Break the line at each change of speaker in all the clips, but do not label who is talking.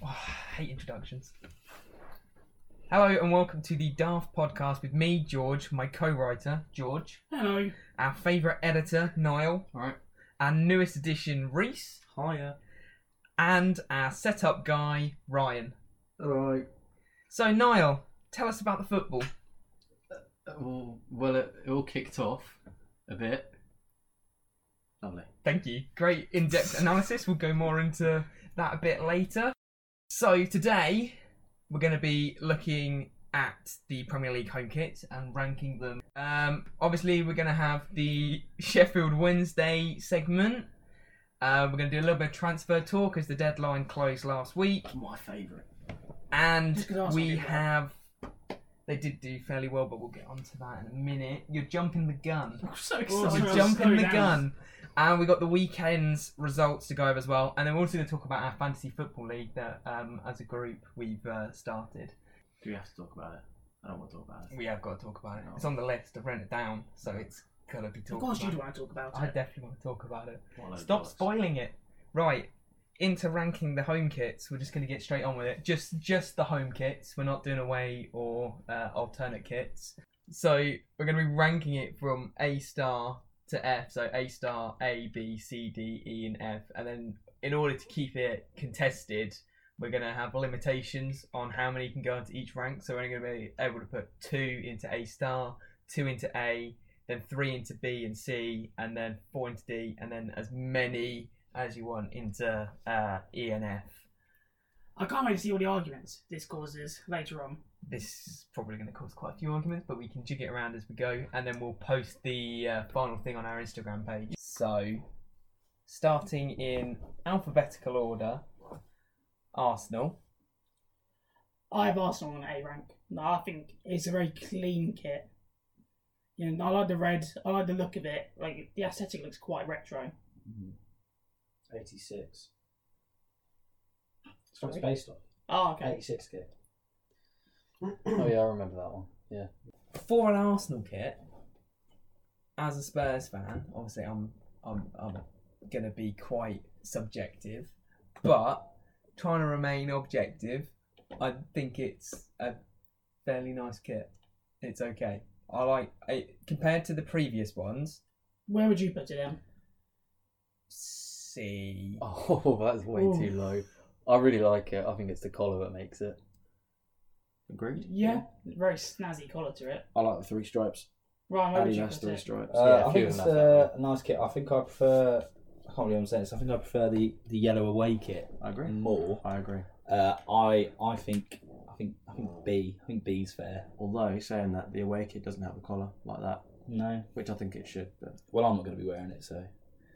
hate introductions. Hello and welcome to the Daft Podcast with me, George, my co-writer, George,
Hello.
our favourite editor, Niall,
Alright.
our newest addition, Reese,
Hiya.
and our setup guy, Ryan.
Alright.
So, Niall, tell us about the football.
Well, well it, it all kicked off a bit. Lovely.
Thank you. Great in depth analysis. We'll go more into that a bit later. So, today we're going to be looking at the Premier League home kits and ranking them. Um, obviously, we're going to have the Sheffield Wednesday segment. Uh, we're going to do a little bit of transfer talk as the deadline closed last week.
My favourite.
And
Just gonna ask
we
you that.
have. They did do fairly well, but we'll get onto that in a minute. You're jumping the gun.
I'm
Oh,
so
So
excited.
we're jumping the gun. And we got the weekend's results to go over as well. And then we're also going to talk about our fantasy football league that, um, as a group, we've uh, started.
Do we have to talk about it? I don't want to talk about it.
We have got to talk about it. It's on the list. I've written it down, so it's got to be talked
Of course,
about.
you'd want to talk about
I
it.
definitely want to talk about it.
Oh
What a load of
Stop
bollocks.
spoiling it. Right, into ranking the home kits. We're just going to get straight on with it. Just just the home kits. We're not doing away or uh, alternate kits. So we're going to be ranking it from A star to F. So A star, A, B, C, D, E, and F. And then in order to keep it contested, we're going to have limitations on how many can go into each rank. So we're only going to be able to put two into A star, two into A, then three into B and C, and then four into D, and then as many as you want into uh, E and F.
I can't wait to see all the arguments this causes later on.
This is probably going to cause quite a few arguments, but we can jig it around as we go, and then we'll post the uh, final thing on our Instagram page. So, starting in alphabetical order, Arsenal.
I have Arsenal on A rank. No, I think it's a very clean kit. You know, I like the red. I like the look of it. Like the aesthetic looks quite retro.
86. That's what it's
Sorry?
based on.
Oh, okay.
86 kit. oh, yeah, I remember that one. Yeah.
For an Arsenal kit, as a Spurs fan, obviously I'm I'm I'm gonna be quite subjective, but trying to remain objective, I think it's a fairly nice kit. It's okay. I like it compared to the previous ones.
Where would you put it in?
C.
Oh, that's way too low. I really like it. I think it's the collar that makes it.
Agreed?
Yeah, very snazzy collar to it.
I like the three stripes.
Ryan, where would you
Adidas
put
three
it?
stripes.
Uh, yeah,
I
a few
think
of
it's
them have
uh, a nice kit. I think I prefer. I can't believe I'm saying this. I think I prefer the, the yellow away kit
I agree.
more.
I agree.
Uh, I I think I think I think B. I think B's fair.
Although, saying that, the away kit doesn't have a collar like that,
No.
which I think it should, but
Well, I'm not going to be wearing it, so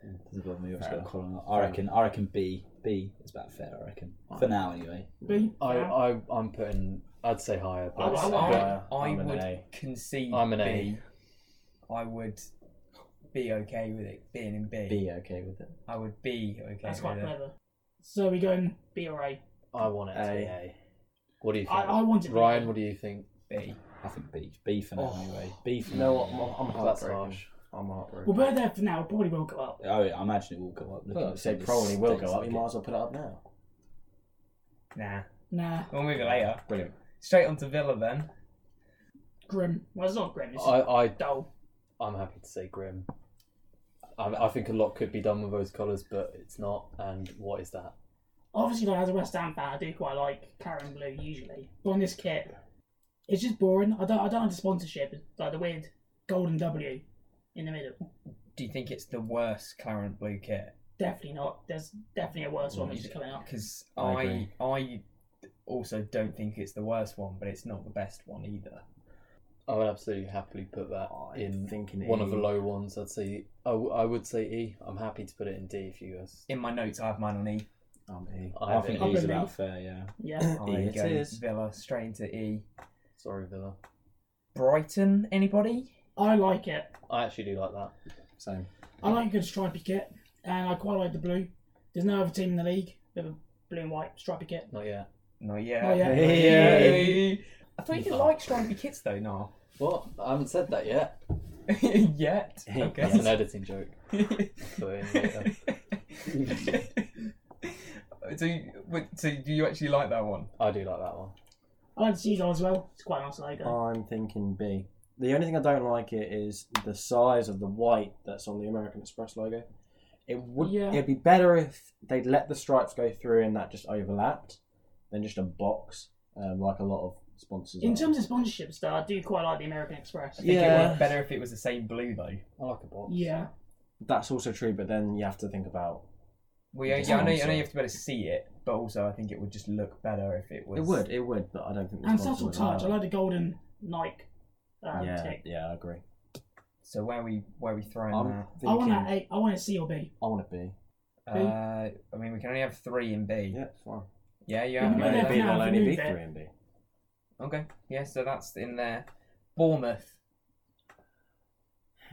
it doesn't bother me. if It's
Fair
got a
enough.
collar. or not.
Fair
I reckon. I reckon B. B is about fair. I reckon for now anyway.
B.
I,
Yeah.
I, I'm putting. I'd say higher, but
I-
I'm,
I-
higher.
I
I'm an
would
A.
concede
I'm an A.
B. I would be okay with it being in B.
B okay with it.
I would be okay
That's
with
quite
it.
clever. So we going B or A?
I want it to
A.
be A. What do you think?
I, I want it. to be
Ryan,
B.
what do you think?
B.
I think B. B for now
Oh.
anyway. B for
No,
now.
I'm, I'm
That's
heartbroken.
harsh.
I'm
We'll
heartbroken.
put it there for now. It probably will go up.
Oh, I imagine it will go up.
Well, say probably will go up. You might as well put it up now.
Nah.
Nah,
We'll move it later.
Brilliant.
Straight on to Villa then.
grim. Well, it's not grim. It's
I, I
dull.
I'm happy to say grim. I, I think a lot could be done with those colours, but it's not. And what is that?
obviously like as a West Ham fan, I do quite like Karen Blue usually. But on this kit, it's just boring. I don't I don't like the sponsorship, It's like the weird golden W in the middle.
Do you think it's the worst Clarent Blue kit?
Definitely not. There's definitely a worse one which is coming up.
Because
I
I,
agree.
I, also don't think it's the worst one, but it's not the best one either.
I would absolutely happily put that
Oh, I'm
in
thinking
one of the
E.
low ones. I'd say I, w- I would say E. I'm happy to put it in D if you guys.
In my notes, I have mine on E.
Um, E.
I
have
think
it.
I'll
E's
put
about
B.
fair. Yeah.
Yeah.
I
E it
go
is.
Villa straight into E.
Sorry, Villa.
Brighton, anybody?
I like it.
I actually do like that.
Same.
I like a good stripy kit and I quite like the blue. There's no other team in the league with a blue and white stripy kit.
Not yet.
Not yet.
Not yet.
Hey. I thought you didn't
No.
like stripy kits though, no.
What? I haven't said that yet.
yet.
That's
Okay.
an editing joke. Put it in later.
So, you- wait, so do you actually like that one?
I do like that one.
I like the seagull as well. It's quite a nice logo.
I'm thinking B. The only thing I don't like it is the size of the white that's on the American Express logo. It would
Yeah.
it'd be better if they'd let the stripes go through and that just overlapped than just a box um, like a lot of sponsors.
In
are.
terms of sponsorships, though, I do quite like the American Express.
I think it
Yeah.
worked better if it was the same blue though.
I like a box.
Yeah.
that's also true, but then you have to think about
Well, yeah,
It's
yeah I, know, I
awesome.
know you have to be able to see it, but also I think it would just look better if it was.
it would it would, but I don't think the
And
sponsor
subtle
would
touch. I
allow
like the golden Nike um,
it. yeah,
tick.
yeah, I agree.
So where are we where are we throwing
I'm thinking,
I want to A. I want a C or B.
I want to B.
that? Uh, I mean, we can only have three in B.
Yeah, fine.
Yeah, you
Yeah,
have
we can
If
yeah,
they're
have
B,
now,
they'll
if we
only be
move there.
three and B.
Okay. Yeah, so that's in there. Bournemouth.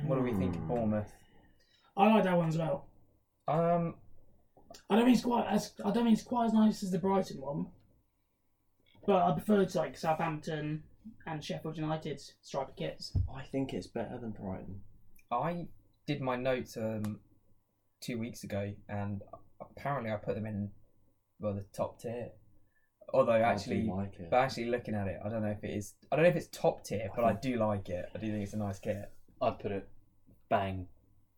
What do we think of
Hmm.
Bournemouth?
I like that one as well.
Um,
I don't think it's quite as I don't think it's quite as nice as the Brighton one, but I prefer to like Southampton and Sheffield United's striker kits.
I think it's better than Brighton.
I did my notes um two weeks ago, and apparently I put them in well the top tier. Although
I
actually,
Oh, do like it.
but actually looking at it, I don't know if it is. I don't know if it's top tier, but I
think-
do like it. I do think it's a nice kit.
I'd put it bang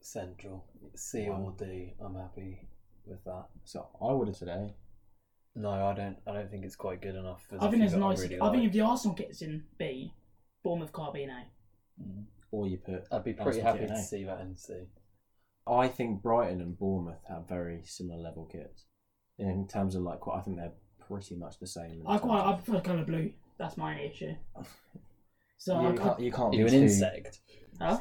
central. C
Wow.
or D. I'm happy with that.
So I would have today.
No, I don't. I don't think it's quite good enough. There's
I
a
think
few
it's
that
nice.
really
I think
like.
if the Arsenal kit's in B, Bournemouth can't be in A.
Mm.
Or you put.
I'd be
That's
pretty
the
happy to
DNA.
eh?
see that in C.
I think Brighton and Bournemouth have very similar level kits in terms of like. quite- I think they're pretty much the same. in
I
terms
quite I
of-
prefer colour blue. That's my only issue. So
you,
I,
can't, you can't.
Are
be
you an
too-
insect?
Huh?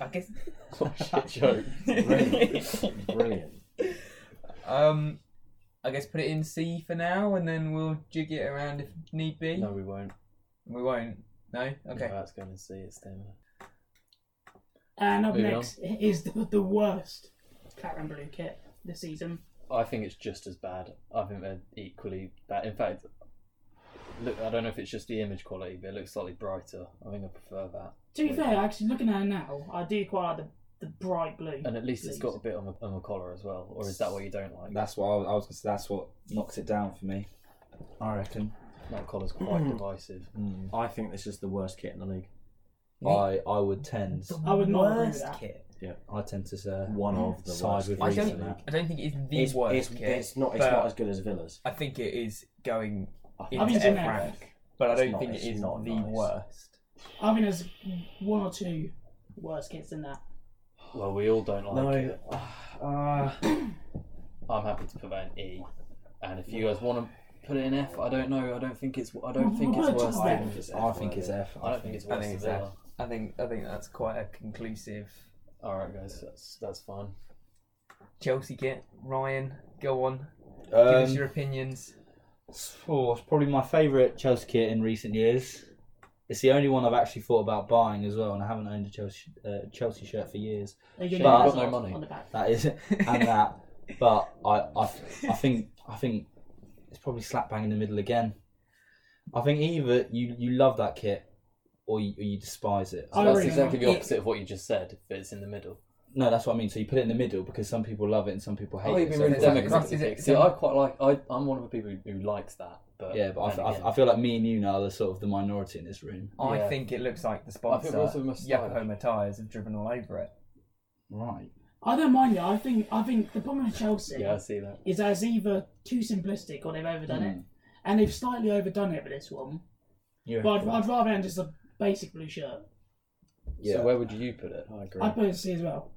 I guess.
What a Oh, shit joke.
Brilliant. Brilliant.
Um, I guess put it in C for now, and then we'll jig it around if need be.
No, we won't.
We won't. No. Okay.
No, that's going to C. It's down there.
and up
Moving
next is the, the worst Claret Blue kit this season.
I think it's just as bad. I think they're equally bad. In fact, look, I don't know if it's just the image quality, but it looks slightly brighter. I think I prefer that.
To be
Yeah.
fair, actually looking at it now, I do quite like the, the bright blue.
And at least it's got
leaves.
a bit on the, on the collar as well. Or is that what you don't like?
That's what I was, I was gonna say, that's what knocks it down for me. I reckon.
That collar's quite divisive.
I think this is the worst kit in the league.
I I would tend
I would not agree with
worst
that.
kit.
I tend to uh,
One of the
Side
worst.
with
kits
I
Reason
in
don't.
the
that.
league.
I don't think it's the
It's,
worst
it's,
kit.
it's not. It's
but-
not as good as Villa's.
I think it is going
I
I
into
mean,
F
it's
rank,
generic.
but I
It's
don't
not-
think it
it's
is
not
the
nice.
worst.
I think there's one or two worse kits than that.
Well, we all don't like
No.
it.
Uh,
I'm happy to put that in E. And if you guys want to put it in F, I don't know. I don't think it's. I don't think it's
Well,
worse.
I
Than, E.
think
it's
I think it's F.
I don't think it's
I
worse
think
than E.
it's
Villa.
I think. I think that's quite a conclusive
All right, guys, that's that's fine.
Chelsea kit. Ryan, go on. Give us
Um,
your opinions.
oh, it's probably my favourite Chelsea kit in recent years. It's the only one I've actually thought about buying as well, and I haven't owned a Chelsea uh, Chelsea shirt for years.
They give
But-
you
I've
got no
Hazard
money.
on the back.
That is and that, but I, I I think I think it's probably slap bang in the middle again. I think either you you love that kit or you, or you despise it.
So
I
that's
really
exactly
like E.
the
it.
opposite of what you just said. But it's in the middle.
No, that's what I mean. So you put it in the middle because some people love it and some people hate
I
it.
think
So
really
it's
like-
democratic.
is it- is it-
See, I quite like. I, I'm one of the people who, who likes that. But
yeah, but I,
then
f- I f-
again-
I feel like me and you now are the sort of the minority in this room.
I
Yeah.
think it looks like the
I think
sponsor
we also must start-
Yokohama tires have driven all over it.
Right.
I don't mind it. I think I think the problem with Chelsea
yeah, I see that.
is that it's either too simplistic or they've overdone
Hmm.
it, and they've slightly overdone it with this one.
You're
But I'd, I'd rather have just a basic blue shirt.
yeah.
So where would you put it?
I agree.
I'd put it C as well.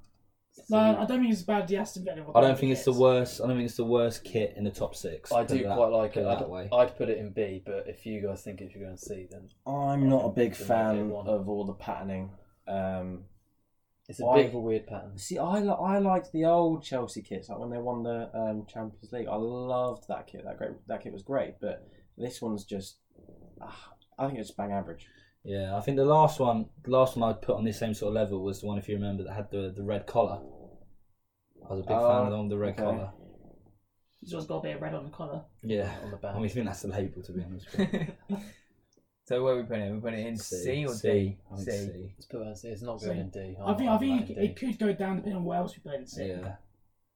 See,
No, I don't think it's bad. The Aston Villa.
I don't think it's the worst. I don't think it's the worst kit in the top six.
I
Put
do
it that-
quite like
put
it.
it
I'd,
that way.
I'd put it in B. But if you guys think it should go in C, then
I'm not a big
It's a
fan
negative one.
of all the patterning. Um,
it's a
I-
bit of a weird pattern.
See, I, li- I liked the old Chelsea kits, like when they won the um, Champions League. I loved that kit. That great, that kit was great. But this one's just, ah, I think it's bang average.
Yeah, I think the last one, the last one I'd put on this same sort of level was the one, if you remember, that had the, the red collar. I was a big fan of
Oh,
the, one with the red
okay.
collar.
It's always got a bit of red on the collar.
Yeah,
On the back.
I mean, I think that's the label to be honest.
so where are we putting it? We put it in C, or D?
C, I think
C.
C.
Let's put that in C. It's not
C.
going in D.
Oh,
I think I
I'm
think
not
it,
in
it
D.
could go down depending on what else we play in C.
Yeah,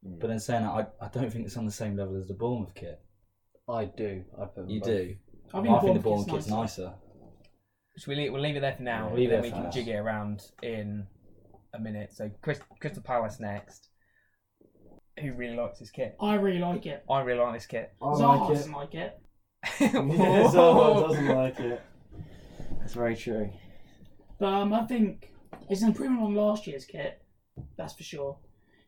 Mm.
But then saying that, I, I don't think it's on the same level as the Bournemouth kit.
I do. I put them
You
both.
do.
I
I think the
Bournemouth
Bournemouth kit's nicer.
So we leave, we'll leave it there for now,
Yeah, leave
and
it
then we
for
can
now.
jig it around in a minute. So Chris, Crystal Palace next. Who really likes this kit?
I really like it.
I really like this kit.
I
Zaha doesn't like it.
Yeah, Zaha doesn't like it. That's very true.
But um, I think it's an improvement on last year's kit, that's for sure.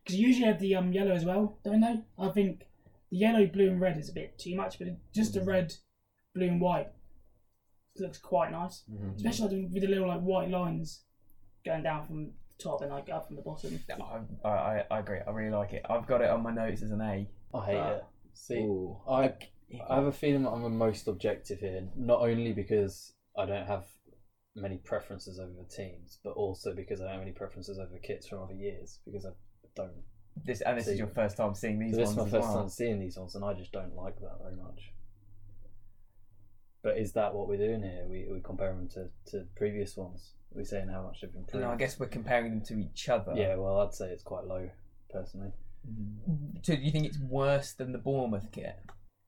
Because usually they have the um, yellow as well, don't they? I think the yellow, blue, and red is a bit too much, but just
Mm-hmm.
the red, blue, and white looks quite nice.
Mm-hmm.
Especially like, with the little like white lines going down from the top and like up from the bottom.
I, I, I agree. I really like it. I've got it on my notes as an A.
I hate
But-
it. See, I I have a feeling that I'm the most objective here, not only because I don't have many preferences over teams, but also because I don't have any preferences over kits from other years because I don't.
This and this is
See.
your first time seeing these
So this is
ones
my
as
first
well.
time seeing these ones, and I just don't like that very much. But is that what we're doing here? We we compare them to, to previous ones. We're saying how much they've improved.
No, I guess we're comparing them to each other.
Yeah, well, I'd say it's quite low, personally.
So do you think it's worse than the Bournemouth kit?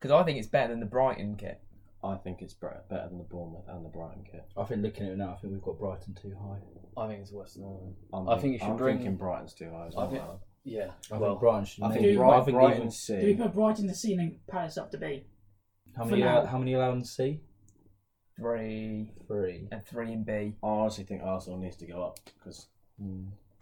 Because I think it's better than the Brighton kit.
I think it's better, better than the Bournemouth and the Brighton kit.
I think looking at it now, I think we've got Brighton too high.
I think it's worse than all of them.
I'm,
I think you should
I'm
bring-
thinking Brighton's too high as
I
well.
think-
Alan.
Yeah.
I
well,
think Brighton should.
I
make-
think
do-
Bri-
I think
Brighton
even-
Do we
C.
put Brighton the ceiling, Palace up to B?
How
for
many?
now.
Allow, how many allowed in C?
Three
Three.
and three in B.
I honestly think Arsenal needs to go up because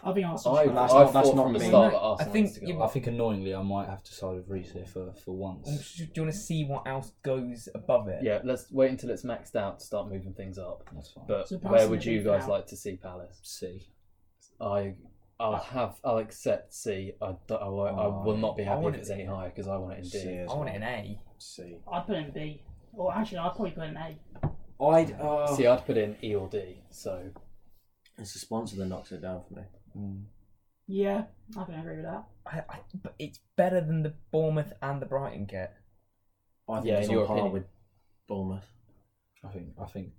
I think Arsenal.
I,
should-
that's
I thought
not- that's not
from the
me.
start
No,
that
I
Arsenal
think
needs to go
you-
up.
I think annoyingly, I might have to side with Reese here for for
Do
once.
you want to see what else goes above it?
Yeah, let's wait until it's maxed out to start moving things up.
That's fine.
But
So
where
Palace
would
in the
you
lead
guys
now.
like to see Palace?
C.
I,
Ah.
I'll have, I'll accept C. I, don't- I, won't- I will not be
Ah, I
happy
want it
if it's any
in.
higher because I want it in D.
C as
I want it
well.
an A.
C.
I'd put in B. Or actually, I'd probably put in A.
I'd, uh,
See, I'd put in E or D. So
it's the sponsor that knocks it down for me.
Yeah, I can agree with that.
I, I, but it's better than the Bournemouth and the Brighton kit.
I think
Yeah,
it's
in
on
your
par
opinion.
with Bournemouth.
I think. I think.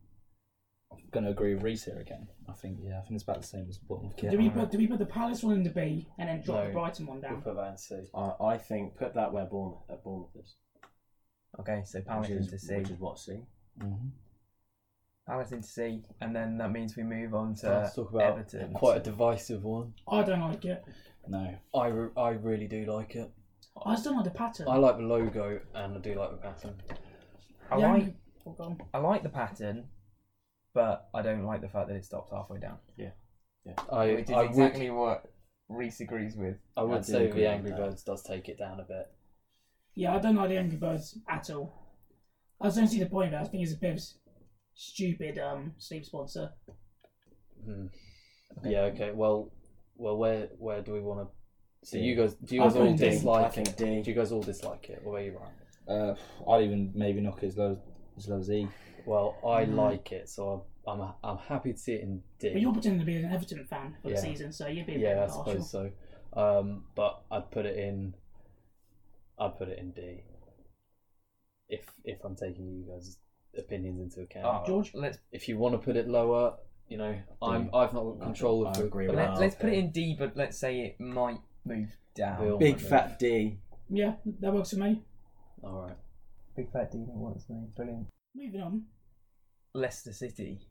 I'm gonna agree with Reese here again. I think. Yeah, I think it's about the same as Bournemouth. kit.
do we put do we put the Palace one into B and then drop
No.
the Brighton one
we'll
down?
put that in C.
I, I think put that where Bournemouth, uh, Bournemouth is.
Okay, so Palace
which is,
into C.
Which is what C?
Mhm.
Palace into C, and then that means we move on to
Let's talk about
Everton.
quite a divisive one.
I don't like it.
No.
I, re- I really do like it.
I just don't like the pattern.
I like the logo and I do like the pattern.
I
Yeah,
like
oh, go on.
I like the pattern, but I don't like the fact that it stopped halfway down.
I,
Which is
I would,
exactly what Reese agrees with.
I
I
would
do
say
agree
the
with
Angry
that.
Birds does take it down a bit.
Yeah, I don't like the Angry Birds at all. I just don't see the point of it. I think it's a bit of s- stupid um sleep sponsor. Hmm.
Yeah. Okay. Well, well, where where do we want to? So
D.
you guys, do you
I
guys all
think D.
I
dislike
think
it?
D.
Do you guys all dislike it? Or where you right?
Uh, I'd even maybe knock it as low as, as low as E.
Well, I like it, so I'm I'm, I'm happy to see it in D.
But Mm. you're pretending to be an Everton fan for
Yeah.
the season, so you'd be a bit
yeah, I
partial.
suppose so. Um, but I'd put it in. I'd put it in D. If if I'm taking you guys' opinions into account,
Ah, George?
Let's
if you want to put it lower, you know, I'm I've not got control
I
of the
agree with
amount.
let,
Wow,
us put it
okay.
in D, but let's say it might move down.
We'll-
Big
Okay.
fat D.
Yeah, that works for me.
All right.
Big fat D that wants me. Brilliant.
Moving on.
Leicester City.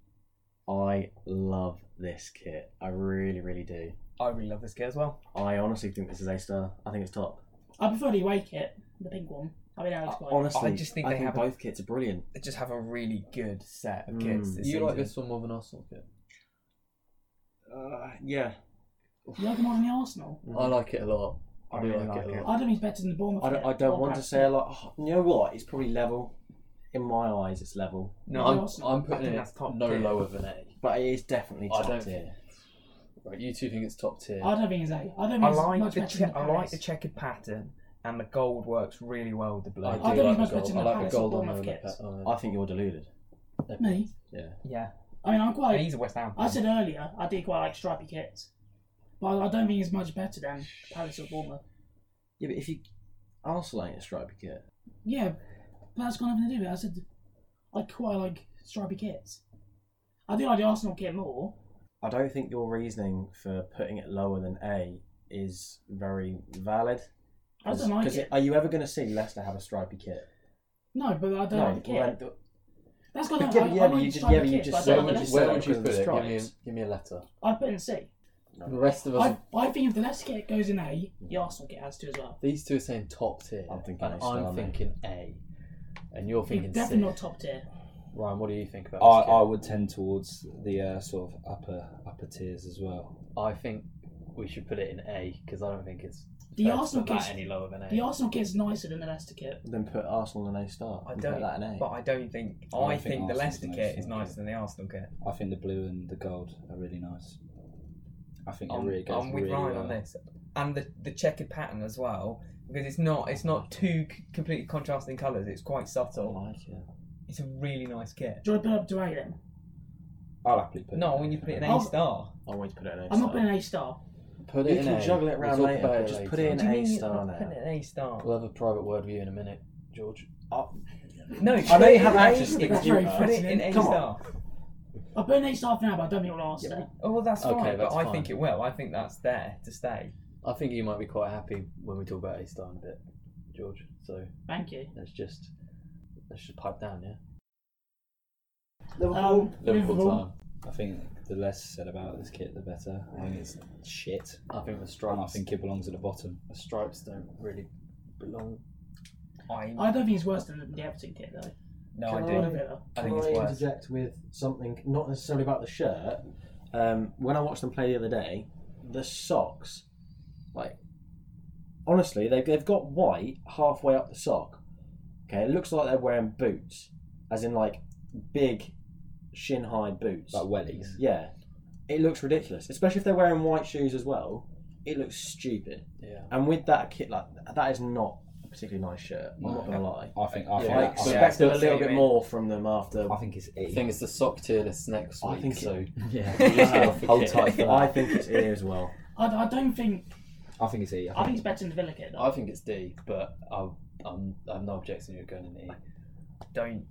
I love this kit. I really, really do.
I really love this kit as well.
I honestly think this is A star. I think it's top.
I prefer the away kit, the pink one. I mean, that looks quite.
Honestly,
I just think they have a-
both kits are brilliant.
They just have a really good set of
Mm.
kits.
You
This
You like
season.
this one more than Arsenal kit?
Uh, yeah,
You like the one on the Arsenal?
I like it a lot.
I really like it.
I don't think it's better than the Bournemouth.
I don't, I
kit,
don't
or
want to
perhaps
say a lot. Oh, you know what? It's probably level. In my eyes, it's level,
No,
I'm-
I'm,
I'm
I think
putting it
that's top
no
tier.
lower than A.
but it is definitely
I
top
don't
tier.
Right, you two think it's top tier.
I don't think it's A. I don't think
I
it's
like
much
the
better
che-
than the
I like
Palace.
the checkered pattern, and the gold works really well with the blue.
I
I
do
don't
like
think
the gold.
much better than
I
the
like
Palace
the
or
gold on
Bournemouth
the
kits.
on the-
I think you're deluded.
the-
Me?
Yeah.
Yeah,
I mean, I'm
and
quite.
he's a West Ham.
I
fan.
said earlier I did quite like stripy kits, but I don't think it's much better than Palace or Bournemouth.
Yeah, but if you Arsenal ain't a stripy kit.
Yeah, but that's got nothing to do with it. I said I quite like stripy kits. I do like the Arsenal kit more.
I don't think your reasoning for putting it uh, lower than A is very valid
I don't like
Because
it.
Are you ever going to see Leicester have a stripy kit?
No, but I don't like the kit.
when-
That's got
Yeah,
I,
yeah,
I like
but you
the
just-
style
yeah,
of
but you
kit,
just
I
said
Where
don't
that
would you,
like
was
the
where
style
would
of
you
because
put it?
of the
Give me,
stripes.
give me a letter.
kit. I put in C.
The rest of us,
I, I think if the Leicester kit goes in A, the Arsenal kit has to as well.
these two are saying top tier.
I'm thinking
and
A star,
I'm
mate.
thinking A. And you're thinking
It's
C.
definitely not top tier.
Ryan, what do you think about
I,
this? kit?
I would tend towards the uh, sort of upper upper tiers as well.
I think we should put it in A because I don't think it's
The
fair to
Arsenal
put that
case-
any lower than A.
The Arsenal kit's nicer than the Leicester kit.
Then put Arsenal an A star.
I
and
don't,
put that an A.
but I don't think. I,
I
think,
think
the
Arsenal's
Leicester
nice,
kit is
okay.
nicer than the Arsenal kit.
I think the blue and the gold are really nice. I think it
I'm,
really goes
I'm with
really
Ryan
well.
on this, and the the checkered pattern as well, because it's not it's not too c- completely contrasting colours. It's quite subtle.
like it.
It's a really nice kit.
Do you want to put it up to A then?
I'll happily put
No,
it.
when you put it in
I'll-
A star,
I always put it an A
I'm not putting an A star.
Put
You
it in
can
A.
juggle it
We'll
round
talk
later,
about it
just
later.
put it in
Do you
A
mean you're
star
not
now?
putting it in A star.
We'll have a private word with you in a minute, George.
No,
I know you have
put it in
access
A-
to the
put
computer.
it in A
Come on.
star.
I put an A star for now, but I don't think it will last.
Yeah.
though.
Oh well, that's
Okay,
fine.
that's
but I
fine.
think it will. I think that's there to stay.
I think you might be quite happy when we talk about A star in a bit, George. So
Thank you.
let's just let's just pipe down, yeah.
Um,
Liverpool time.
I think the less said about this kit, the better. I think it's shit.
I think the
And I
stripes.
think it belongs at the bottom.
the stripes don't really belong.
I
I don't think it's worse than the Everton kit though.
no, I
Can
do.
One of it, though.
I
Can
think
I,
it's worse.
interject with something not necessarily about the shirt? Um, when I watched them play the other day, the socks, like, honestly, they've, they've got white halfway up the sock. Okay, it looks like they're wearing boots, as in, like, big shin high boots.
Like wellies.
yeah, it looks ridiculous, especially if they're wearing white shoes as well. It looks stupid.
Yeah.
And with that kit, like, that is not a particularly nice shirt, I'm not going to lie.
I think. I
Yeah, eh? but-
think. that's-
I
but-
expected a
that's
little
what I
bit
mean.
more from them after
I think it's
The
E.
thing is, the sock tier list next
I
week.
think it-
so
yeah.
Hold tight for that.
I think it's here as well.
I, I don't think.
I think it's E.
I think it's better than the Villa kit though.
I think it's D, but I, I'm I have no objection to it going in E.
Don't.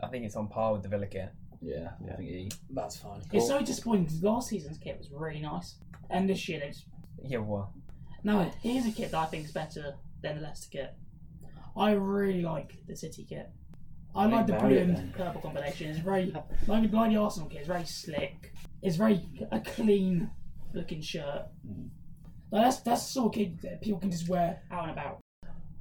I think it's on par with the Villa kit.
yeah. I think E.
That's fine.
It's so disappointing. 'cause Last season's kit was really nice, and this year they just
Yeah, well,
No, here's a kit that I think is better than the Leicester kit. I really like the City kit. I like the blue and purple combination. It's very like, like the Arsenal kit. It's very slick. It's very a clean looking shirt.
Mm.
Like, that's that's the sort of kit that people can just wear out and about.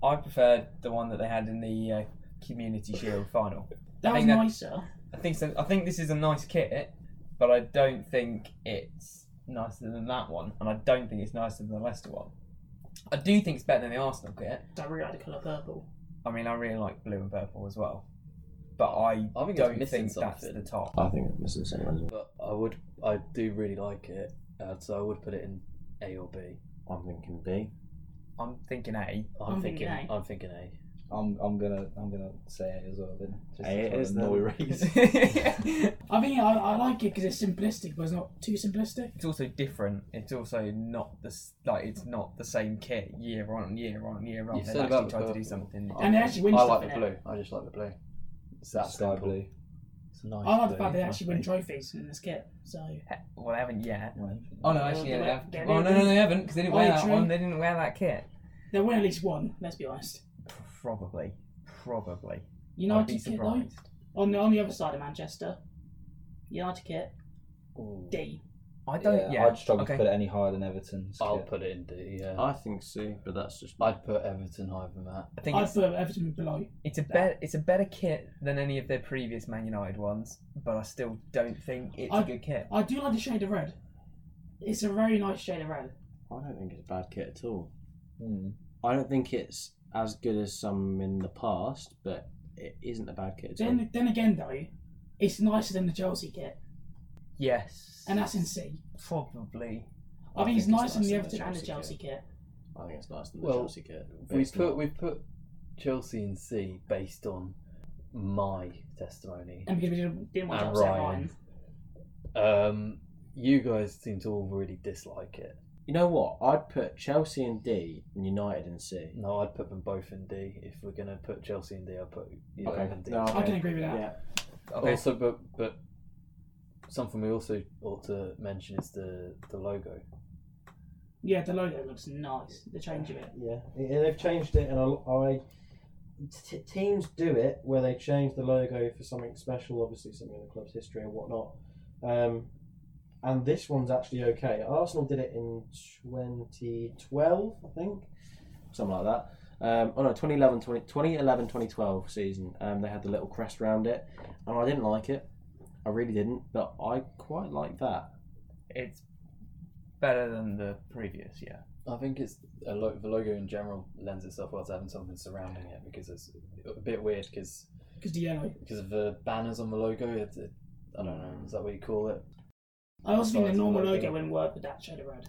I preferred the one that they had in the uh, Community Shield final.
That
I
was
think that-
nicer.
I think so. I think this is a nice kit, but I don't think it's nicer than that one, and I don't think it's nicer than the Leicester one. I do think it's better than the Arsenal kit.
I really like the colour purple.
I mean, I really like blue and purple as well, but I,
I think it's
don't
missing
think that's
something.
the top.
I think this is the same as
But I would, I do really like it, uh, so I would put it in A or B.
I'm thinking B.
I'm thinking A.
I'm
I'm
thinking,
thinking A.
I'm thinking A.
I'm. I'm gonna. I'm gonna say A as well. Then. Just
A
to try
is
and
the-
annoy Reece.
it's
I think I, I like it because it's simplistic, but it's not too simplistic.
also different. It's also not the s- like it's not the same kit year on year on year on.
You
They've
said
actually
about
tried to
the-
do something.
And they actually win
I
stuff
like
in
the
it.
blue. I just like the blue. It's that
That's sky
simple.
blue. It's a nice.
I like the
blue,
fact they
if I
actually win
think.
trophies in this kit. So
Well, they haven't yet.
Well,
Oh no, actually, yeah, they
Well,
have.
they- they
Oh no, no,
didn't-
they haven't because they didn't
Oh,
wear
yeah,
that
true.
one. They didn't wear that kit.
they'll win at least one. Let's be honest.
Probably, probably. I'd be
United kit though.
surprised.
On the on the other side of Manchester, United kit D.
I don't. Yeah,
Yeah, I'd struggle
okay.
to put it any higher than Everton's.
I'll
kit.
put it in D. Yeah,
I think C, but that's just
I'd put Everton higher than that.
I think
I
it's,
put Everton below.
it's a better it's a better kit than any of their previous Man United ones, but I still don't think it's a
I'd-
good kit.
I do like the shade of red. It's a very nice shade of red.
I don't think it's a bad kit at all.
Hmm.
I don't think it's as good as some in the past, but it isn't a bad kit at all.
Then then again though, it's nicer than the Chelsea kit,
Yes,
and that's in C.
probably.
I think it's
think
nicer
it's
than the
nicer
Everton and the Chelsea
Chelsea
kit.
I think it's nice than the
Well,
Chelsea kit. but
We
it's
put
not.
we put Chelsea in C based on my testimony.
And because we didn't, didn't want to
And
upset
Ryan.
Ryan.
Um, you guys seem to all really dislike it.
You know what? I'd put Chelsea in D and United in C.
No, I'd put them both in D. If we're gonna put Chelsea in D, I'd put United in D.
No,
I can agree with that.
Yeah.
Oh.
Okay.
Also, but but something we also ought to mention is the the logo.
Yeah, the logo looks nice. The change of it.
Yeah, yeah, they've changed it, and I, I t- teams do it where they change the logo for something special, obviously something in the club's history and whatnot. Um, and this one's actually okay. Arsenal did it in 2012, I think, something like that. Um, oh no, 2011, 20, 2011, 2012 season. Um, they had the little crest round it, and I didn't like it. I really didn't, but I quite like that.
It's better than the previous, yeah.
I think it's a lo- the logo in general lends itself well to having something surrounding it because it's a bit weird because
Because the yellow.
because of the banners on the logo. It, it, I don't know. Is that what you call it?
I also
Size
think the
of
normal
logo.
logo wouldn't work with that shade of red.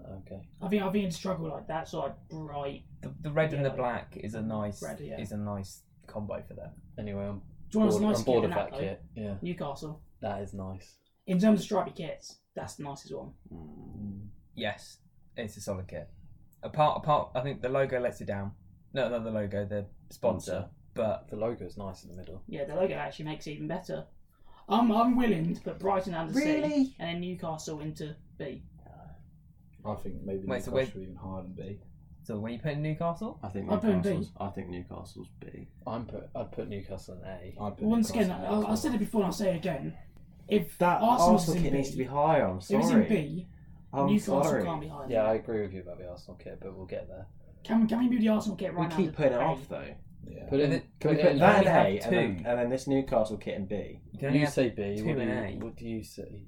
Okay.
I think I've been in struggle like that sort of bright.
The, the red and the
Yeah.
black is a nice
Red, yeah.
is a nice combo for that.
Anyway, I'm
Do you want
bored,
nice
I'm bored
kit
of
than
that
though?
kit. Yeah,
Newcastle.
that is nice.
In terms of stripy kits, that's the nicest one.
Mm,
Yes, it's a solid kit. Apart apart, I think the logo lets it down. No, not the logo, the sponsor.
Sponsor.
But
The logo is nice in the middle.
Yeah, the logo actually makes it even better. I'm, I'm willing to put Brighton under C
Really?
and then Newcastle into B.
I think maybe
Wait, so we're-
Newcastle should be even higher than B.
so when you put in Newcastle,
I think
I put him B.
Newcastle's. I think Newcastle's B.
I'm put. I'd put Newcastle in A.
Oh.
I'd put
Once
Newcastle
again,
in A
I,
as
I
well.
said it before and I'll say it again. If
That
Arsenal's
Arsenal
in
kit
B,
needs to be higher. I'm
if
sorry.
it's in B,
I'm
Newcastle
sorry.
can't be higher.
Yeah, I agree with you about the Arsenal kit, but we'll get there.
Can, can we move the Arsenal kit right
we
now?
keep
to
putting it
A?
off though.
Yeah.
Put in.
it-
Can we
it
put
in-
that in
only have
A and then,
two.
and then this Newcastle kit in B?
you can only
You
have,
say B.
two
What do
in
you,
A.
what do you say?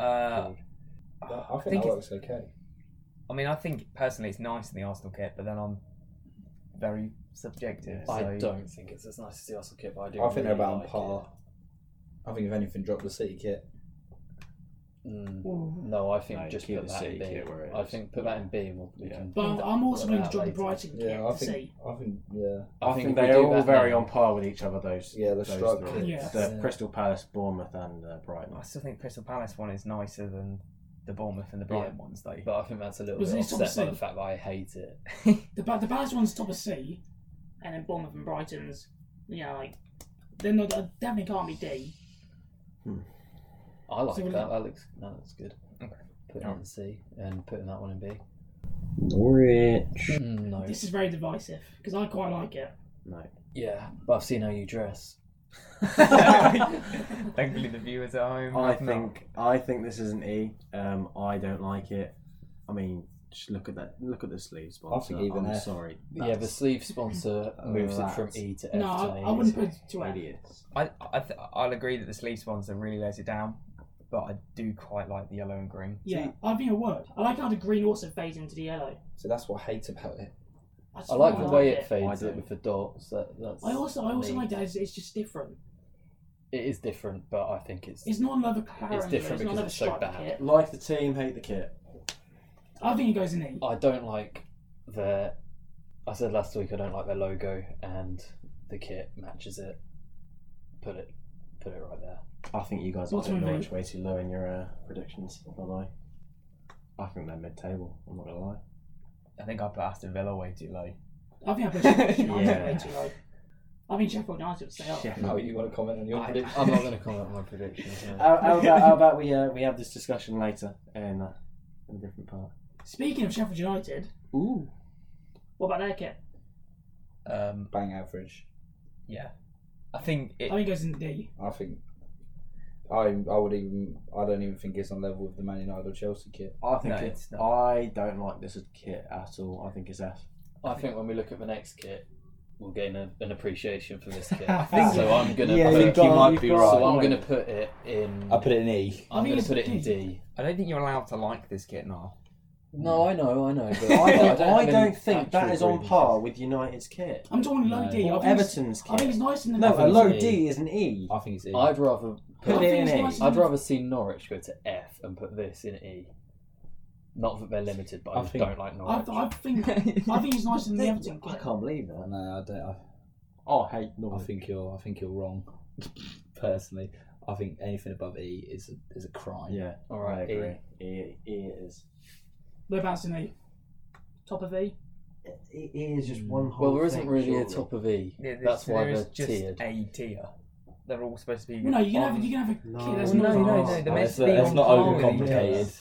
uh,
I think,
think
that
it's-
works okay.
I mean, I think personally it's nice in the Arsenal kit, but then I'm very subjective.
I
so-
don't think it's as nice as the Arsenal kit, but I do.
I think they're
really
about on
like
par. I think if anything, drop the City kit.
it. Mm.
Ooh.
No, I think
No,
just
keep
put
the
that
C
in B.
kit where it
I
is.
think put that in B. And we'll, we
Yeah.
can.
But I'm also
work
willing to
that
drop the
later.
Brighton kit
Yeah, I
to
think.
C.
I think. Yeah.
I think
if we
they're
do
all
that
very
now-
on par with each other. Those
Yeah, the
those
stripe kits.
three.
Yeah.
The
Yeah.
Crystal Palace, Bournemouth, and uh, Brighton.
I still think Crystal Palace one is nicer than the Bournemouth and the Brighton ones, though.
But I think that's a little
Was
bit
it top
offset by
C?
the fact that I hate it.
The, ba- the Baz one's top of C, and then Bournemouth and Brighton's, you know, like, they're not, they definitely can't be D.
I like
So we'll-
that. That looks that looks good.
Okay.
Putting that in C and putting that one in B.
Norwich.
Mm, no.
This is very divisive, because I quite like it.
No.
Yeah, but I've seen how you dress.
Thankfully, the viewers at home.
I
have not.
think I think this is an E. Um, I don't like it. I mean, just look at that. Look at the sleeves.
I think even
I'm
F.
sorry.
Yeah, the
That's
sleeve sponsor moves it from
That's
E to F
No,
to
I,
A.
I wouldn't put it to A.
idiots.
I, I th- I'll agree that the sleeve sponsor really lays it down, but I do quite like the yellow and green.
Yeah, I think it worked. I like how the green also fades into the yellow.
So that's what I hate about it.
just
I like
quite
the way
it.
it fades
I
it
do.
with the dots. That, that's
I also, I also
neat.
like that it's, it's just different.
It is different, but I think it's
It's not another clarity.
It's different because
another
it's so
striker
bad.
kit.
Like the team, hate the kit.
I think it goes in E.
I don't like their. I said last week I don't like their logo and the kit matches it. Put it, put it right there.
I think you guys are
What's
putting
my
Norwich way too low in your uh, predictions. Not gonna lie. I think they're mid-table. I'm not gonna lie.
I think I put Aston Villa way too low.
I think I put Sheffield United
Yeah.
way too low. I think Sheffield United would stay up.
Sheffield.
No, you want to comment on your
I-
prediction?
I'm not going to comment on my predictions. no.
How, how about, how about we uh, we have this discussion later in, uh, in a different part?
Speaking of Sheffield United,
Ooh.
what about their kit?
Um,
Bang average.
yeah, I think
I
it,
think it goes in D.
I think. I I would even. I don't even think it's on level with the Man United or Chelsea kit.
I think
No,
it's.
it's not.
I don't like this kit at all. I think it's F.
I think when we look at the next kit, we'll gain a, an appreciation for this kit.
I think-
so. I'm going to
Yeah,
put.
you've got-
might
you've
be
got-
right.
So I'm going to put it in.
I put it in E.
I
I'm going
think
to
it's
put it in
D.
D.
I don't think you're allowed to like this kit now.
No, I know, I know. But
I
I
don't, I
really
don't think that
actually
is on
agree.
par with United's kit.
I'm talking low D. I think
Or
it's-
Everton's
I think
kit.
it's nice in the
No,
middle.
a low
it's an E.
D is an E.
I think it's E.
I'd rather.
I
Put
think
it in
it's
E.
nice in
I'd
the-
rather see Norwich go to F and put this in E. Not that they're limited, but I,
I
just
think-
don't like
I,
Norwich.
I think I think it's nice in the Everton
I
kit.
can't believe that.
no, I don't. I,
Oh, I hate
I
Norwich.
think you're. I think you're wrong. Personally, I think anything above E is a, is a crime.
Yeah,
All
I
right,
agree. E, e is.
Whereabouts in E? Top of E.
E E is just one whole
Well, there isn't
thing,
really a
surely.
top of E.
Yeah, this-
That's why
there
they're
is just
tiered.
a tier. They're all supposed to be.
Well, no, you can have
on-
you can have a
No.
kit that's
Well,
not
no, no,
nice.
no. They're meant
Let's,
to be
let's
on
Oh, not
par with E,
overcomplicate
each
it.
other.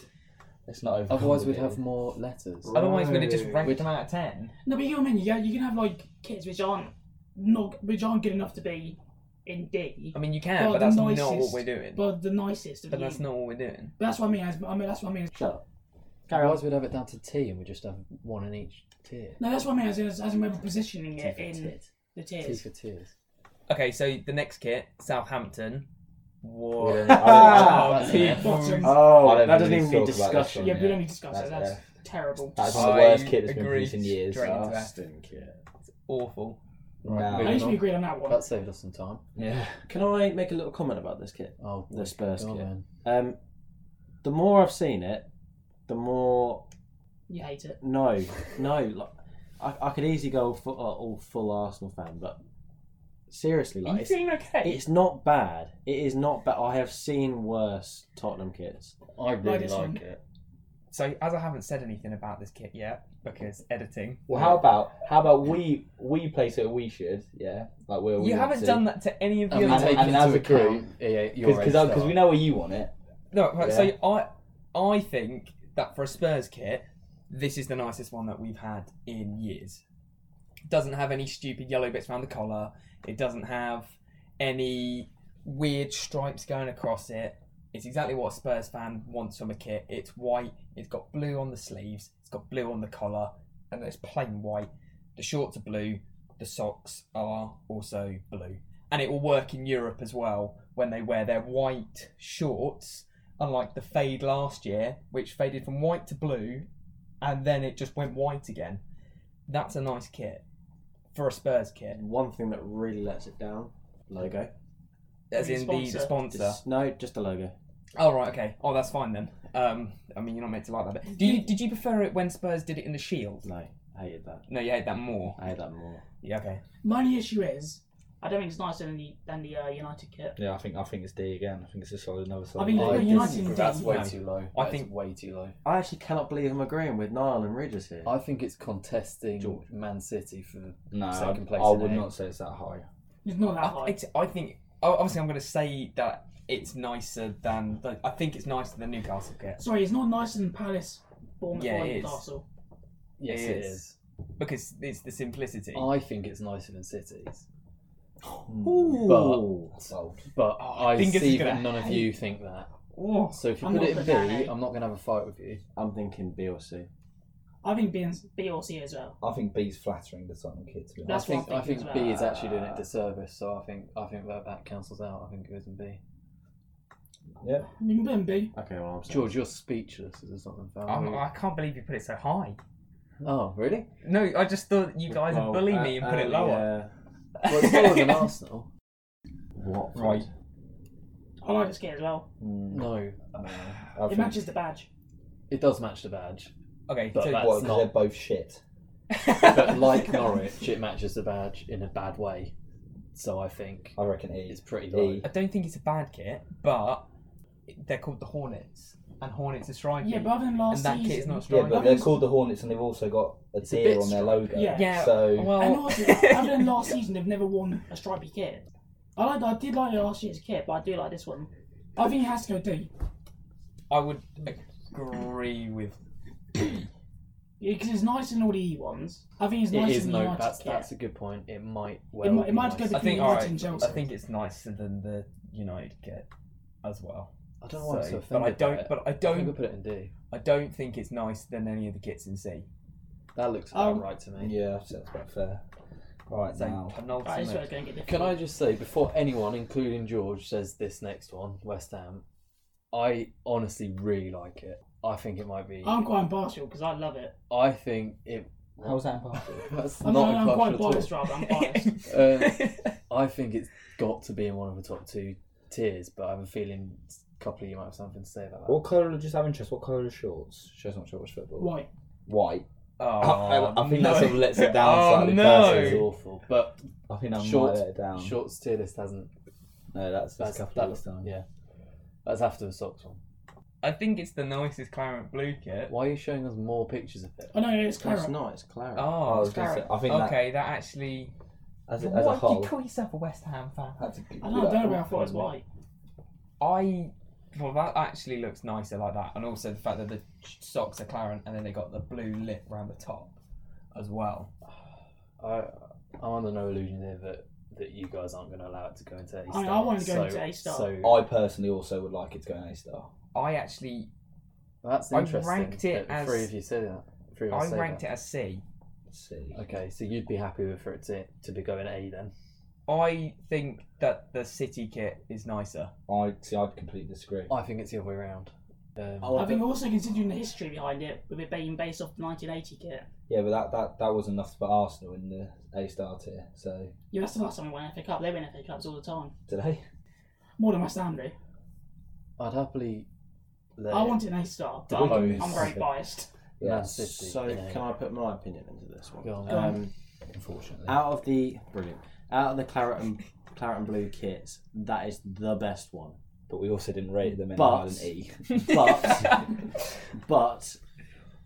Let's not over.
Otherwise, we'd have more letters.
Otherwise, we're gonna just rank
Right.
them out of ten.
No, but you know what I mean. Yeah, you can have like kits which aren't not which aren't good enough to be in D,
I mean, you can,
Well,
but
the
that's not what
nicest-
we're doing. But,
but the nicest of you.
that's not what we're doing.
But that's what I mean. as- I mean that's what I mean.
Shut up.
Otherwise, we'd have it down to T, and we just have one in each tier.
No, that's what I mean. As, as, as in we're positioning
T
it
for
in
tit.
the
T
tiers.
for tears.
Okay, so the next kit, Southampton.
We
War.
don't- I
Oh,
don't-
people.
Bottom.
I
Oh,
don't
that doesn't
really talk
even need
about this
discussion.
one.
yeah, we don't need to discuss
That's
that. That's
fair.
terrible.
That's
I
the worst kit that's been
agree
produced in years.
straight into that.
Disgusting kid.
Awful.
Nah.
At least we agreed on that one.
That saved us some time.
Yeah.
Can I make a little comment about this kit?
Oh,
The Spurs
go on
kit.
then.
Um, the more I've seen it, the more
You hate it.
no, no. Like, I, I could easily go full, uh, all full Arsenal fan, but seriously,
Are
like
you
it's,
feeling okay?
it's not bad. It is not bad. I have seen worse Tottenham kits.
I
Like
really
this
like
one.
it.
So, as I haven't said anything about this kit yet, because editing.
Well, how about how about we we place it? We should. Yeah. Like where we.
You
want
haven't
to.
done that to any of
And
the
we
mean,
other.
take
and
into
as a crew,
account, yeah, your age
because
star.
we know where you want it.
No, right,
Yeah.
so I I think that for a Spurs kit, this is the nicest one that we've had in years. Doesn't have any stupid yellow bits around the collar. It doesn't have any weird stripes going across it. It's exactly what a Spurs fan wants from a kit. It's white. It's got blue on the sleeves. It's got blue on the collar, and it's plain white. The shorts are blue. The socks are also blue, and it will work in Europe as well when they wear their white shorts unlike the fade last year, which faded from white to blue, and then it just went white again. That's a nice kit for a Spurs kit.
One thing that really lets it down: logo.
As in the
Sponsor.
sponsor.
Just- no, just the logo.
Oh right, okay. Oh, that's fine then. Um, I mean, you're not meant to like that. But do you, did you prefer it when Spurs did it in the Shield?
No, I hated that.
No, you hate that more.
I hate that more.
Yeah, okay.
My only issue is I don't think it's nicer than the than the uh, United kit.
Yeah, I think I think it's D again. I think it's a solid another solid.
I mean,
I
like, United
disagree.
and
That's
D.
way
No.
too low.
I
That is
think-
way too low.
I actually cannot believe I'm agreeing with Niall and Ridges here.
I think it's contesting
George.
Man City for
no, I,
second place
I
in
would
A.
not say it's that high.
It's not that
I,
high.
it's, I think oh, obviously I'm going to say that it's nicer than the, I think it's nicer than Newcastle kit
Sorry, it's not nicer than Palace, Bournemouth,
Yeah,
or
it is.
Newcastle.
yes,
It
it
is.
is.
because it's the simplicity.
I think it's nicer than City's,
Ooh.
but
Oh,
I
Dingus is
see
gonna
that none of
hate-
you think that.
Oh,
So if you
I'm
put
not
it in
for
B,
that, eh?
am not going to have a fight with you.
I'm thinking B or C.
I think B, and, B or C as well.
I think B's flattering the Tottenham kid. To be honest.
That's
I think
what I'm
I think
thinking as
B
well.
is actually doing it a disservice. So I think I think that that cancels out. I think it goes in B.
You can put in B.
Okay, well I'm
George, you're speechless. as There's nothing found.
I'm, I can't believe you put it so high.
Oh, really?
No, I just thought you guys would bully
uh,
me
uh,
and put it lower.
Well, it's lower than Arsenal.
What?
Right.
I like this kit as well.
No,
Mm. I
It
think,
matches the badge.
it does match the badge,
Okay,
But
so
that's
what, 'cause
not-
they're both shit.
but like Norwich, it matches the badge in a bad way. So I think
I reckon E.
it's pretty low.
E.
I don't think it's a bad kit, but they're called the Hornets, and Hornets are striking.
Yeah, but other than
and
last
that
season.
kit is not
Yeah,
striking.
but they're called the Hornets, and they've also got a
a
deer
bit
on their
stripy.
logo.
Yeah. Oh.
yeah,
So
well,
And also, other than last season, they've never worn a stripy kit. I like. I did like last year's kit, but I do like this one. I think it has to go D.
I would agree with.
Because it's nicer than all the E ones. I think it's
It
nicer
is
than the
no.
United
That's
kit.
that's a good point. It might well.
might- it
be
might just go
nicer.
I think
United
all right.
and Chelsea.
I think it's nicer than the United kit as well.
I don't know why I'm so
So,
offended.
but I
by
don't.
it.
But I
I think we
don't.
put it in D.
I don't think it's nicer than any of the kits in C.
That looks about
Um,
right to me.
yeah, so that's about fair. Right
So
now,
Right, this is where
penultimate.
it's going to get
Can I
difficult.
just say before anyone, including George, says this next one, West Ham, I honestly really like it. I think it might be.
I'm quite impartial because I love it.
I think it.
how's that impartial?
That's
I'm,
not
I'm quite
impartial at all.
biased, rather. I'm biased.
Uh, I think it's got to be in one of the top two tiers, but I have a feeling a couple of you might have something to say about that.
what colour? Just have interest. What colour are shorts? Shows not short watch football.
Why?
White.
oh,
I, I think
no.
that sort of lets it down
Oh,
slightly.
no.
It's
personally.
awful, but
I think that
Shorts-
might let it down.
shorts tier list hasn't.
No,
That's
that's, that's um, a couple of
that's
weeks time.
yeah. That's after the socks one.
I think it's the nicest Clarent Blue kit.
Why are you showing us more pictures of it?
Oh no, it's
It's
Clara.
not. It's Clara.
Oh, I
Oh,
was gonna say, I think
okay, that, actually.
that as, a-
What
as a
do you
whole.
call yourself a West Ham fan?
that's a good-
I don't know, I don't know where I thought it was white.
I Well, that actually looks nicer like that, and also the fact that the socks are Clarent and then they got the blue lip round the top as well.
I I'm under no illusion here that that you guys aren't going to allow it to go into A
I
star.
mean, I want it to go into A star.
So
I personally also would like it to go an A star.
I actually
that's
I
interesting.
ranked it
that the three
as-
of you say that. Three of
I
us say
ranked
that.
it as C.
See.
Okay, so you'd be happy with for it to, to be going A then.
I think that the city kit is nicer.
I see. I completely disagree.
I think it's the other way around. Um,
I like
I think
it.
also considering the history behind it, with it being based off the 1980 kit,
Yeah, but that, that, that was enough to put Arsenal in the A star tier. So
you that's the last time we won FA Cup. They win FA Cups all the time.
today,
More than West Ham do.
I'd happily. Let
I want it an A star, but
The
I'm,
Wigan
I'm
is-
very biased.
yeah,
Man City.
So
in A.
can I put my opinion into this one?
Go on.
Um,
unfortunately.
out of the brilliant, out of the claret and claret and blue kits, that is the best one.
But we also didn't rate them any
But-
higher than E.
But but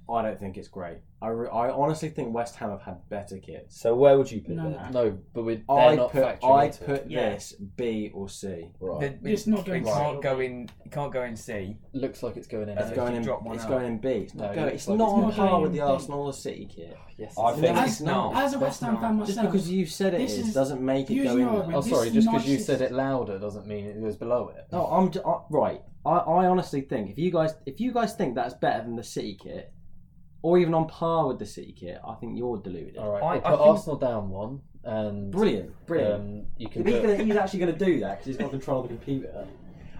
I don't think it's great. I, re- I honestly think West Ham have had better kits.
So where would you put
No,
them?
No, but we're they're
I
not
put
factoring
I
into it.
put
Yeah.
this B or C.
Right.
The-
It's not going
it
to
can't
C.
go in. It can't go in C.
Looks like it's going in.
That's if
It's
A.
good.
going
you
in.
drop one
It's
out.
going in B. It's
No,
not,
it
going,
looks
it's
like
not
it's
on
not
par
going
with the
in B.
Arsenal or City kit.
Yes.
I
it's
think-
in A.
As,
it's not.
as a West Ham fan
Just
myself,
because you said it
This
is,
is-
doesn't make it
use
go
your
in.
argument.
Oh,
there.
This
sorry.
is
Just because you
nicest-
said it louder doesn't mean it goes below it.
No, I'm j- I, right. I, I honestly think if you guys if you guys think that's better than the City kit, or even on par with the City kit, I think you're deluded.
All right.
I-
we'll
I
put
think-
Arsenal down one, and
Brilliant, brilliant.
Um, you can.
If he's,
Put,
gonna, he's actually going to do that because he's got control of the computer.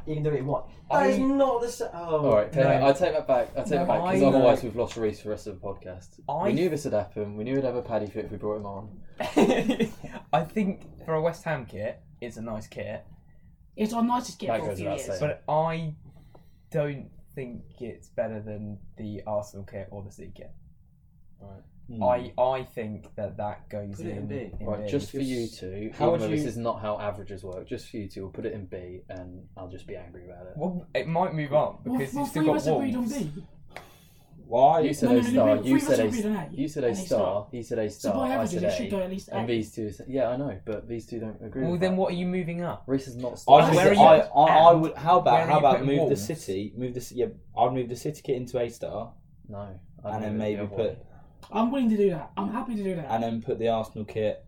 He can do it in one. That
I-
is not the same. Oh.
All right, take-
No.
I take that back. I take
No,
it back because
I-
otherwise we've lost Reese for the rest of the podcast.
I-
We knew this would happen. We knew we'd have a paddy fit if we brought him on.
I think for a West Ham kit, it's a nice kit,
it's our nicest kit
That
for a
goes
few
without
years.
saying.
but I don't think it's better than the Arsenal kit or the C kit.
Hmm.
I I think that that goes
Put it in B.
in
Hmm. Right,
B.
just for you two.
How
How
would
even though
you-
This is not how averages work. Just for you two, we'll put it in B, and I'll just be angry about it.
Well, it might move on
Well,
because
well,
you've still
three of us
got
agreed on
Wolves.
B.
Why?
You said
No, no,
a
no,
star.
we-
You
we must
said a
agree on
star.
A.
You said a
A
star.
star.
He said a
So by
star. I
average,
said
it should go
A.
at least
And
A.
these two, said- yeah, I know, but these two don't agree.
Well,
with
then
that.
what are you moving up?
Reese is not.
I,
starting.
Where
where
are you
I,
at?
I, I would.
Where
How about
are
how
you
about
putting
move the
Wolves?
city? Move the ci- yeah. I'd move the city kit into A star,
No. I
and
know
then
the
maybe
other
put
one.
I'm willing to do that. I'm happy to do that.
and
uh,
then put the Arsenal kit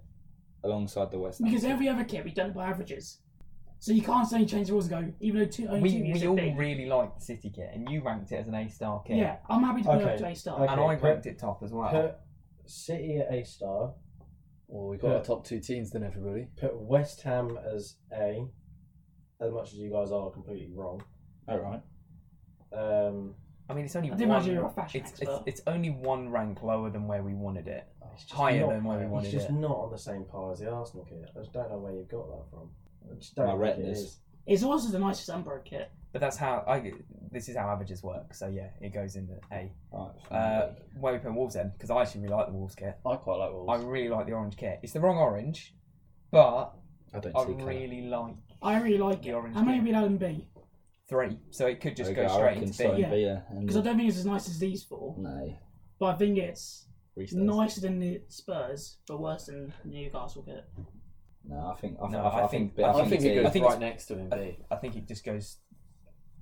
alongside the West. Ham
Because
kit.
every other kit we've done it by averages. So you can't suddenly change the rules and go, even though two, only two
We,
years
we
at
all
B.
really liked the City kit, and you ranked it as an A star kit,
Yeah, I'm happy to go
Okay.
up to A star.
Okay.
and I
put-
ranked it top as well.
Put City at A star.
Well, we got
Yeah.
our top two teams then, everybody.
Put West Ham as A. As much as you guys are completely wrong.
All right.
Um,
I mean, it's only
I
one.
didn't imagine you were a fashion
it's, it's,
expert.
it's only one rank lower than where we wanted it.
it's just
Higher
not-
than where we wanted
It's just
it.
not on the same par as the Arsenal kit. I just don't know where you got that from. I just don't
My
think it
retinas.
is.
It's also the nicest Umbro kit.
But that's how I. This is how averages work. So yeah, it goes in the A.
All right.
Uh, where we put Wolves in, because I actually really like the Wolves kit.
I quite like
I
Wolves.
really like the orange kit. It's the wrong orange, but
I don't
I
see colour.
really like
I really like
The
it.
orange
How many
kit.
have we allowed in B?
three. So it could just
There we
go
I
straight
reckon
into
starting
B.
Yeah.
B, yeah. and-
Because I don't think it's as nice as these four.
No.
But I think it's
Restart.
nicer than the Spurs, but worse than the Newcastle kit.
No, I think I,
No,
think I,
I
think,
think- I
I think
it's
it
E.
goes
I think
right
it's-
next to him.
I,
B.
I think it just goes.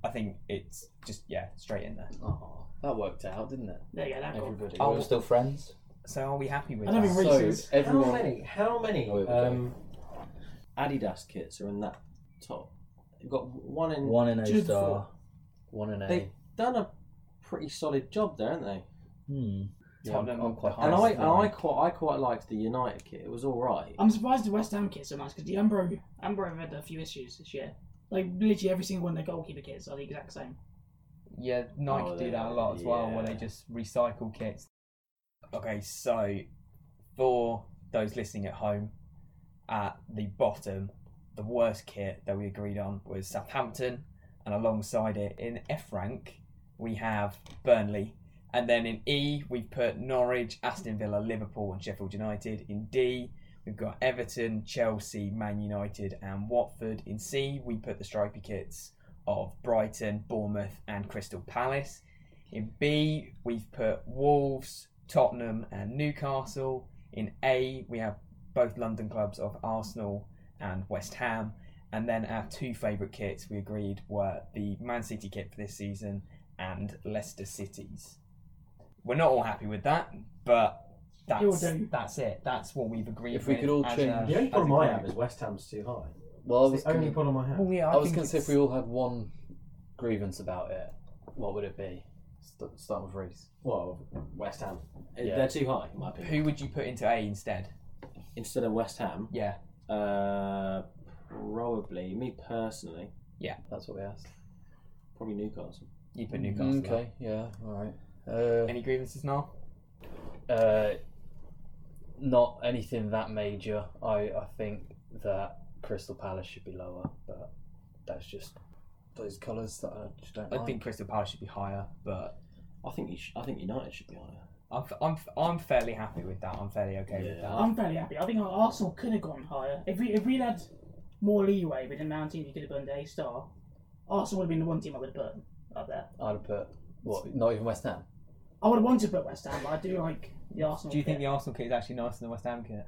I think it's just yeah straight in there.
Oh, that worked out, didn't it?
There you go, that got.
Everybody.
Oh,
worked.
we're still friends.
So are we happy with
I don't
that?
think
so
Reese's.
How
everyone.
many? How many?
Oh, here we go.
um, Adidas kits are in that top. You've got one in.
One in A
Jude
star.
One and A.
They've done a pretty solid job there, haven't they?
Hmm.
Yeah, I'm-
Tottenham
I'm quite
the
high.
And I,
highest
and I quite, I quite liked the United kit. It was all right.
Um,
I'm surprised the West Ham kit's are nice because the Umbro, Umbro have had a few issues this year. Like, literally every single one of their goalkeeper kits are the exact same.
Yeah, Nike
Oh,
do
they-
that a lot as well, where they
yeah.
just recycle kits. Okay, so for those listening at home, at the bottom, the worst kit that we agreed on was Southampton, and alongside it in F rank we have Burnley, and then in E we've put Norwich, Aston Villa, Liverpool, and Sheffield United. In D we've got Everton, Chelsea, Man United, and Watford. In C we put the stripy kits of Brighton, Bournemouth, and Crystal Palace. In B, we've put Wolves, Tottenham, and Newcastle. In A, we have both London clubs of Arsenal and West Ham. And then our two favourite kits we agreed were the Man City kit for this season and Leicester City's. We're not all happy with that, but that's
You'll do.
that's it. That's what we've agreed.
If we
with
could all
as
change-
a-
Yeah,
The only
as a
problem I
group.
have is West Ham's too high.
Well, I
That's
was
the only
gonna,
problem I have.
Well, yeah,
I was
think
gonna say if
it's-
we all had one grievance about it, what would it be? St- start with Reese.
Well, West Ham.
Yeah.
They're too high, in my opinion.
Who would you put into A instead?
Instead of West Ham,
Yeah.
uh, probably me personally,
That's what we asked.
probably Newcastle.
You put Newcastle.
Mm, Okay. Yeah. All right. Uh,
Any grievances now?
Uh, not anything that major. I, I think that Crystal Palace should be lower, but that's just those colours that I just don't
I
like.
think Crystal Palace should be higher, but
I think you sh- I think United should be higher.
I'm, I'm, I'm fairly happy with that. I'm fairly okay with
Yeah.
that.
I'm fairly happy. I think our Arsenal could have gone higher. If we if we'd had more leeway with the amount of teams we could have gone to A star, Arsenal would have been the one team I would have put up there.
I'd have put what? Not even West Ham.
I would have wanted to put West Ham, but I do like the Arsenal.
Do you think the
kit.
Arsenal kit is actually nicer than the West Ham kit?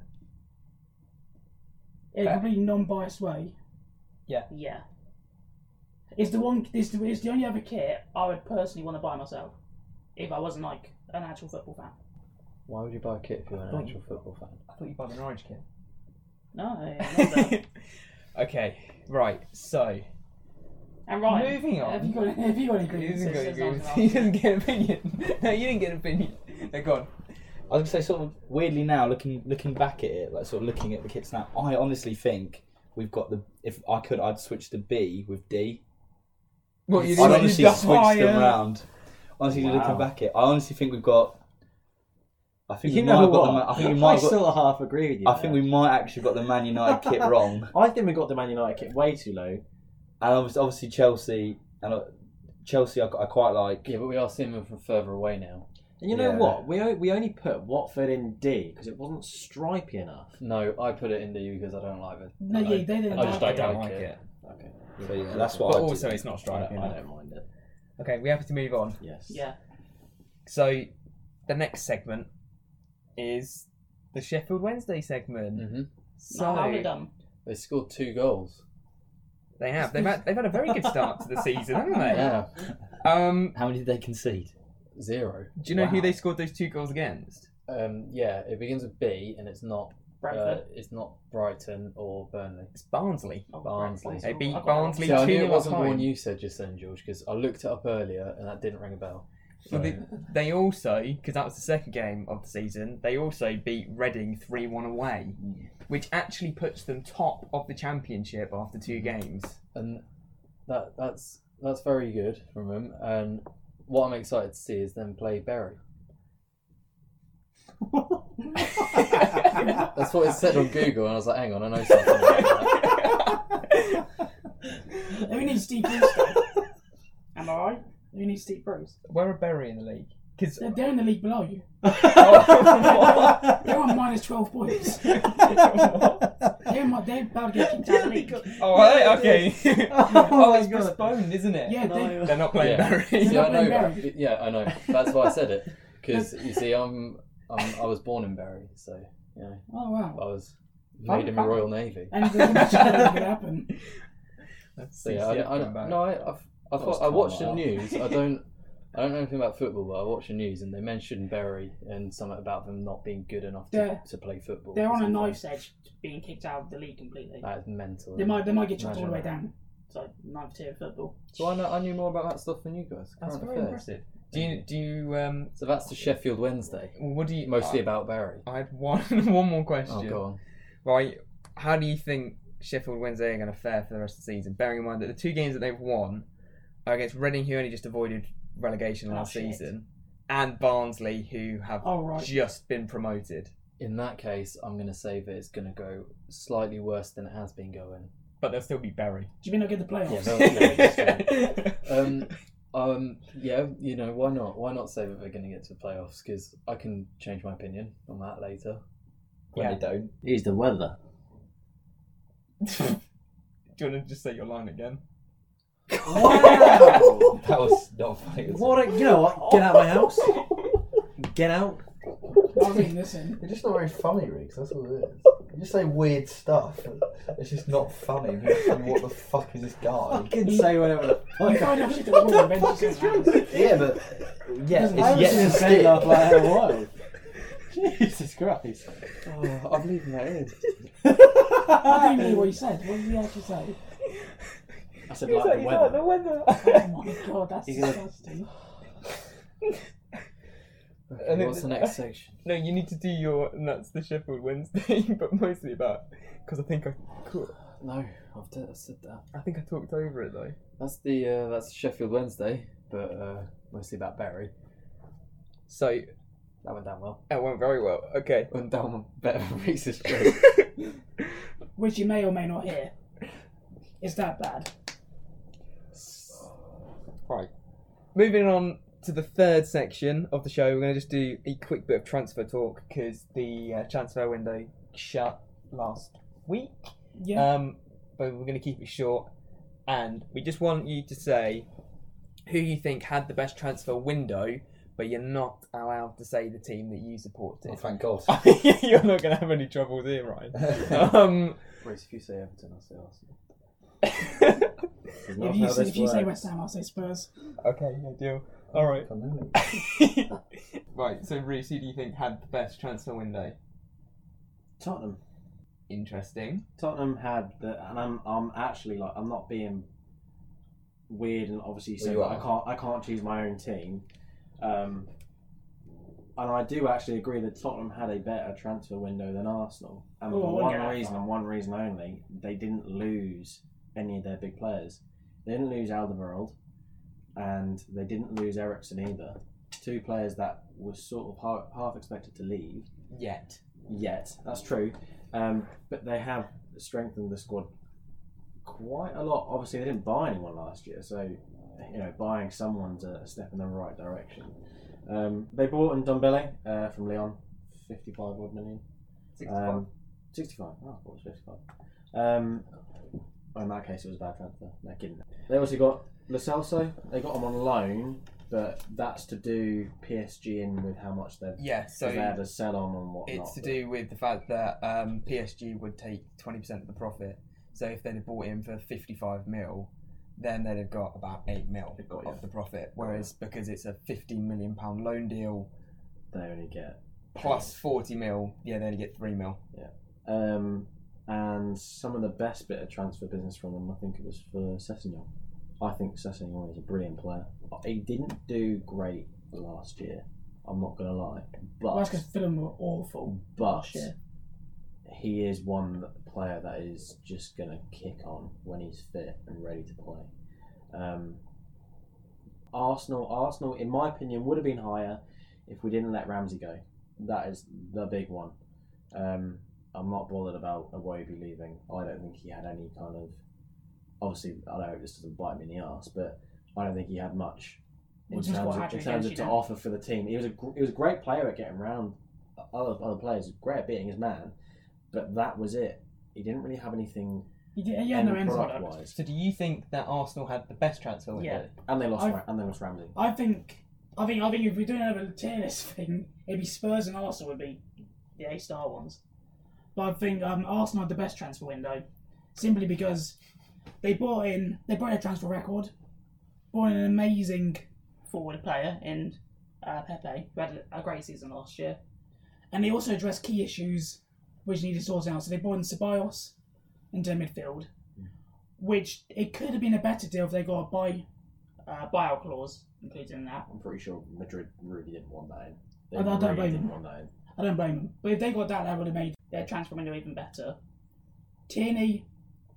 in a completely non-biased way?
Yeah.
Yeah. It's the one. It's the, it's the only other kit I would personally want to buy myself if I wasn't like an actual football fan.
Why would you buy a kit if you're an
Don't-
actual football fan?
I thought you bought an orange kit.
No, not that.
okay, right. So
and right.
Moving on.
Have you got have you got any
you
grievances?
didn't, get,
That's not
agreement.
an
you
answer.
didn't get an opinion. No, you didn't get an opinion. They're gone.
I was gonna say sort of weirdly now looking looking back at it, like sort of looking at the kits now, I honestly think we've got the if I could I'd switch the B with D.
What
I'd
you
honestly switch them round. Honestly
Wow.
looking back at it, I honestly think we've got I think
You
we might
know
have got
what?
the Man, I think we might have got,
still half agree with you.
I think we might actually got the Man United kit wrong.
I think we got the Man United kit way too low.
And obviously, obviously Chelsea and uh, Chelsea, I, I quite like.
Yeah, but we are seeing them from further away now.
And you know
Yeah.
what? We o- we only put Watford in D because it wasn't stripy enough.
No, I put it in the U because I don't like it.
No, yeah, they didn't.
I just
I
like
don't
don't
like
like
it.
Okay.
So yeah, that's
But
what. I did.
also, it's not
I
striking.
don't, I don't mind it.
Okay, we have to move on.
Yes.
it. Yeah.
So the next segment is the Sheffield Wednesday segment.
Mm-hmm.
So
How have we done?
They scored two goals.
they have they've had, they've had a very good start to the season, haven't they?
Yeah,
Um,
How many did they concede?
zero.
do you know who
Wow.
they scored those two goals against?
Um, yeah, it begins with B and it's not. Uh,
Brentford.
it's not Brighton or Burnley.
It's Barnsley.
Oh,
Barnsley.
Brentford.
They beat
Okay.
Barnsley
See, I
two
knew it
nil at
wasn't the
home.
one you said just then, George, because I looked it up earlier and that didn't ring a bell.
Well, they,
So-
they also, because that was the second game of the season, they also beat Reading 3 1 away, which actually puts them top of the championship after two games.
and that that's that's very good from them. And what I'm excited to see is them play Berry. That's what it said on Google, and I was like, "Hang on, I know something." About that.
Who needs Steve Bruce? though? Am I right? Who needs Steve Bruce?
Where are Bury in the league? Because
They're, they're in the league below you.
Oh,
They're on minus twelve points. They're, mi- they're about to get kicked out of the league.
Oh, are they? okay. oh, it's
God.
postponed, isn't it?
Yeah, they,
They're not playing
Yeah.
Bury.
See, I know.
Berry.
that- Yeah, I know. That's why I said it because you see, I'm, I'm I was born in Berry, so you know,
oh
I
wow.
was made in the Royal Navy.
Anything could happen.
So yeah, I, I, don't- no, I, I've, I,
was
thought, I
calm,
watched the
wow.
news. I don't, I don't know anything about football, but I watched the news and they mentioned Berry and something about them not being good enough to,
They're-
to play football.
They're
or
on a
something.
knife's edge, being kicked out of the league completely.
That is mental.
They might they might get chucked all the way
Imagine
down. It's like ninth tier of football.
that. So I, know, I knew more about that stuff than you guys.
That's
Current
very
affairs.
impressive. Do you, do you, um,
So that's the Sheffield Wednesday,
what do you.
mostly about Berry.
I, I had one, one more
Oh,
question.
go on.
right? How do you think Sheffield Wednesday are going to fare for the rest of the season? Bearing in mind that the two games that they've won are against Reading, who only just avoided relegation
Oh,
last
shit.
season, and Barnsley, who have
Oh right.
just been promoted.
In that case, I'm going to say that it's going to go slightly worse than it has been going.
But they'll still be Bury.
Do you mean I get the
Oh, Yeah,
playoffs?
they'll- they'll just go- um, um, yeah, you know, why not? Why not say that they're going to get to the playoffs? Because I can change my opinion on that later.
When
Yeah.
they don't.
Here's the weather.
Do you want to just say your line again?
Wow!
That was not funny. was it?
what? A, you know what? Get out of my house. Get out.
I'll bring this in.
You're just not very funny, Riggs. That's all it is. You just say weird stuff. It's just not funny. You just think, what the fuck is this guy?
can say whatever the
You
fuck.
find out she's the one who invented this house.
Yeah, but
Yeah,
it's yet to stick.
laugh like that in a while. Jesus Christ.
Oh, I'm leaving that in.
I didn't hear what he said. What did he actually say?
I said like the weather.
weather.
Oh my god, that's
He's gonna-
disgusting.
And
what's
it-
the next section?
No, you need to do your, and that's the Sheffield Wednesday, but mostly about because I think I, cou-
No, I've d- I said that.
I think I talked over it though.
That's the uh, that's Sheffield Wednesday, but uh, mostly about Barry.
So
That went down well.
it went very well. Okay.
Went down better than Reese's joke.
Which you may or may not hear. It's that bad.
Right. Moving on to the third section of the show, we're going to just do a quick bit of transfer talk because the uh, transfer window shut last week.
Yeah.
Uh,
Um, but we're going to keep it short, and we just want you to say who you think had the best transfer window, but you're not allowed to say the team that you supported.
Oh, thank God.
You're not going to have any troubles here, Ryan. um,
Reese, if you say Everton, I'll say Arsenal.
if you, say, if you say West Ham, I'll say Spurs.
okay, I do. All right. right. So, Reese, who do you think had the best transfer window?
Tottenham.
Interesting.
Tottenham had the, and I'm, I'm actually like, I'm not being weird, and obviously saying
you
that I can't, I can't choose my own team. Um, and I do actually agree that Tottenham had a better transfer window than Arsenal, and
Oh, I
for
wouldn't
one
get that
reason and one reason only, they didn't lose any of their big players. They didn't lose Alderweireld, and they didn't lose Ericsson either. Two players that were sort of half, half expected to leave
Yet.
yet. That's true. Um, but they have strengthened the squad quite a lot. Obviously, they didn't buy anyone last year, so you know buying someone's a step in the right direction. Um, they bought in Dombele uh, from Leon, fifty-five odd million. Um, Sixty-five. Oh, I thought it was fifty-five. Um, well, in that case, it was a bad transfer. No kidding. They also got Lo Celso. They got him on loan, but that's to do PSG in with how much they've
yeah.
so they
So
had a sell on and whatnot.
it's to
but-
do with the fact that um, PSG would take twenty percent of the profit. So if they'd have bought him for fifty-five mil, then they'd have got about eight mil
They've got,
of
yeah.
the profit. Whereas because it's a fifteen million pound loan deal
they only get.
plus forty mil, yeah, they only get three mil.
Um, and some of the best bit of transfer business from them, I think it was for Sessignon. I think Sessignon is a brilliant player. He didn't do great last year. I'm not going to lie,
Well, that's
but
because Fulham were awful.
but
last year.
he is one player that is just going to kick on when he's fit and ready to play. Um, Arsenal, Arsenal, in my opinion, would have been higher if we didn't let Ramsey go. That is the big one. Um, I'm not bothered about Awobi leaving. I don't think he had any kind of. Obviously, I know this doesn't bite me in the ass, but I don't think he had much in
Which is what
terms of,
happened
in terms
against
of to
you.
offer for the team. He was a gr- he was a great player at getting round other other players. Great at beating his man, but that was it. He didn't really have anything
He did, yeah, no end
product
product.
wise,
So do you think that Arsenal had the best transfer window?
Yeah.
and they lost
I've-
Ra- and they lost Ramsey.
I think, I think, I think if we're doing another tier list thing, it'd be Spurs and Arsenal would be the eight star ones. But I think um, Arsenal had the best transfer window, simply because they bought in, they bought in a transfer record, bought in an amazing forward player in uh, Pepe, who had a great season last year, and they also addressed key issues which needed sorting out. So they brought in Ceballos into midfield, which it could have been a better deal if they got a buy uh, buyout clause included in that.
I'm pretty sure Madrid really didn't want that in. They
I don't
really
blame
didn't
them.
want that in.
I don't blame them. But if they got that, that would have made their transfer window even better. Tierney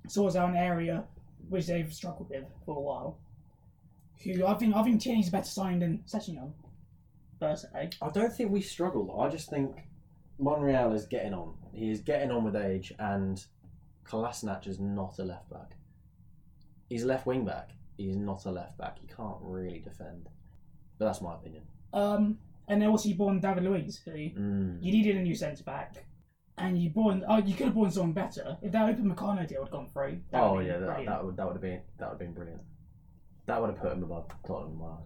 sorts out an area which they've struggled with for a while. Who I think I think Tierney's a better signing than Sessignon, personally.
I don't think we struggled. I just think Monreal is getting on. He is getting on with age, and Kolasinac is not a left back. He's a left wing back. He's not a left back. He can't really defend. But that's my opinion.
Um, and they also bought in David Luiz, who
Mm.
you needed a new centre back, and you bought in, oh you could have bought in someone better if that open Meccano deal had gone through. that
Oh
would've
yeah,
been
that,
brilliant.
that would that would have been that would have been brilliant. That would have put him above Tottenham. Wow.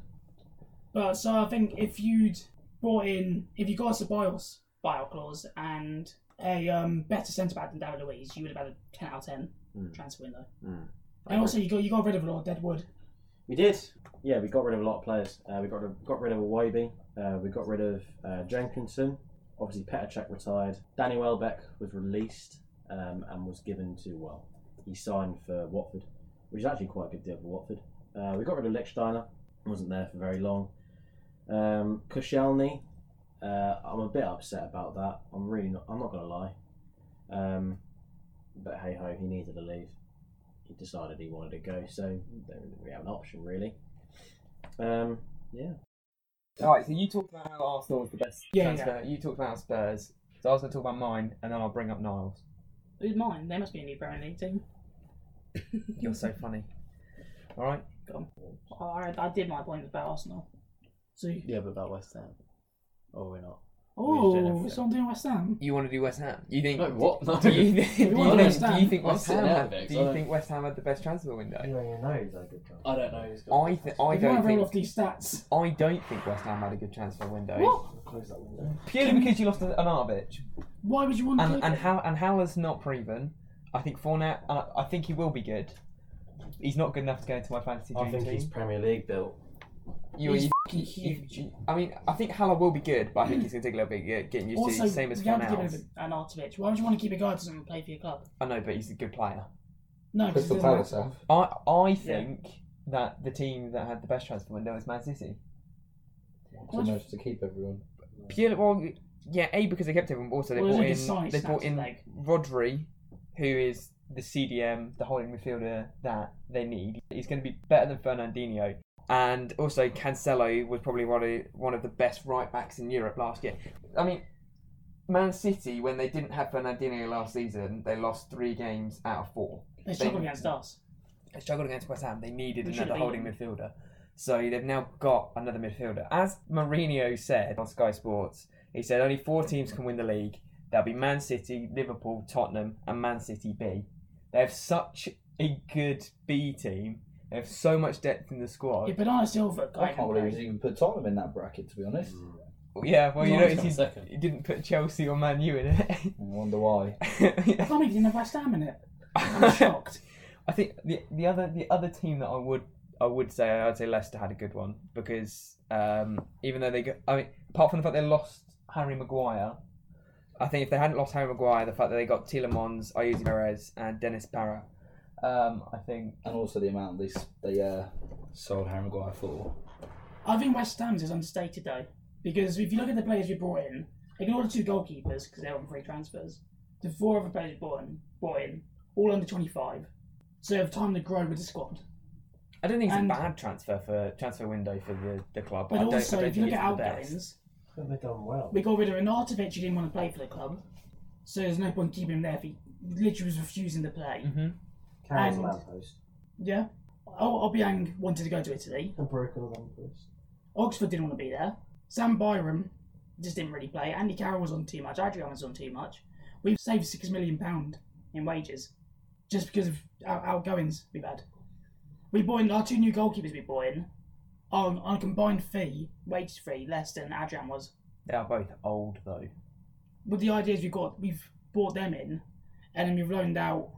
But so I think if you'd brought in, if you got a Ceballos buyout clause and a um, better centre back than David Luiz, you would have had a ten out of ten
Mm.
transfer window.
Mm.
And also, you got you got rid of a lot of Deadwood.
We did. Yeah, we got rid of a lot of players. Uh, we got rid of, got rid of Awobi. Uh, we got rid of uh, Jenkinson. Obviously, Petacek retired. Danny Welbeck was released um, and was given to well, he signed for Watford, which is actually quite a good deal for Watford. Uh, we got rid of Lichtsteiner. Wasn't there for very long. Um, Koscielny. Uh, I'm a bit upset about that. I'm really not. I'm not gonna lie. Um, but hey ho, he needed to leave he decided he wanted to go, so they didn't really have an option, really. Um, yeah.
All right, so you talked about how Arsenal was the best
Yeah,
transfer. You talked about Spurs. So I was going to talk about mine, and then I'll bring up Niles.
Who's mine? They must be a new Premier League team.
You're so funny. All right.
Oh, I, I did my point about Arsenal. So
Yeah, but about West Ham. Oh, we're not.
oh, what's on doing West Ham?
You want to do West Ham? You think?
No, what? No.
Do you, think- do
want
you think,
West
do you
Ham?
think
I'm
West
sitting
Ham?
out
Had,
of it,
do
'cause I
you
don't-
think West Ham had the best transfer window?
You know, you know he's had a good chance.
I don't know. Who's got
I th- I
If you
don't
want to roll
think
off these stats,
I don't think West Ham had a good transfer window.
what?
Close that window.
Purely because you lost an Arnautovic.
Why would you want
and
to?
and how and how has not proven. I think Fournette. Uh, I think he will be good. He's not good enough to go into my fantasy dream
I think
team.
he's Premier League built.
you,
he's
you-
fucking
you-
huge.
you- I mean, I think Haller will be good, but I think he's going to take a little bit get- getting used
also,
to. Same as
you have to get rid
Fournette.
of Arnautovic. Why would you want to keep a guy who doesn't play for your club?
I know, but he's a good player.
No, because
Crystal
it
Palace,
doesn't
Seth.
matter.
I I think that the team that had the best transfer window is Man City.
So managed to keep everyone.
Purely, well, yeah, a because they kept him, but also they
Well,
brought
they
in
just signed
they brought
Snacks
in
today.
Rodri, who is the CDM, the holding midfielder that they need. He's going to be better than Fernandinho, and also Cancelo was probably one of one of the best right backs in Europe last year. I mean, Man City when they didn't have Fernandinho last season, they lost three games out of four.
They struggled against us.
They struggled against West Ham. They needed
We should
another
have
holding
beaten
midfielder. So they've now got another midfielder. As Mourinho said on Sky Sports, he said only four teams can win the league. That'll be Man City, Liverpool, Tottenham, and Man City B. They have such a good B team. They have so much depth in the squad.
If Bernardo Silva,
I
guy
can't believe he's even put Tottenham in that bracket. To be honest,
Yeah, well, you
No,
notice
he's got
he's-
second.
he didn't put Chelsea or Man U in it.
I wonder why.
I can't believe he didn't have West Ham in it. I'm shocked.
I think the the other the other team that I would I would say I'd say Leicester had a good one because um, even though they go, I mean apart from the fact they lost Harry Maguire, I think if they hadn't lost Harry Maguire, the fact that they got Telemons, Ayuzi Perez, and Dennis Parra, um, I think
And also the amount they s- they uh, sold Harry Maguire for.
I think West Ham's is understated though, because if you look at the players we brought in, ignore the two goalkeepers because they're on free transfers. The four other players we brought in, brought in, all under 25, so have time to grow with the squad.
I don't think it's
And-
a bad transfer for transfer window for the, the club.
But
I don't,
also,
I don't
if you look
think
at
it's the best.
outgoings,
But they've done well.
we got rid of Arnautovic who didn't want to play for the club, so there's no point keeping him there if he literally was refusing to play.
Carroll's a
And-
lamppost.
Yeah. O- Obiang wanted to go to Italy.
A broken lamppost.
Oxford didn't want to be there. Sam Byram just didn't really play. Andy Carroll was on too much. Adrian was on too much. We've saved six million pound in wages just because of our outgoings we've had. We bought in our two new goalkeepers. We bought in on, on a combined fee, wage fee, less than Adrian was.
They are both old though.
With the ideas we've got, we've bought them in, and then we've loaned out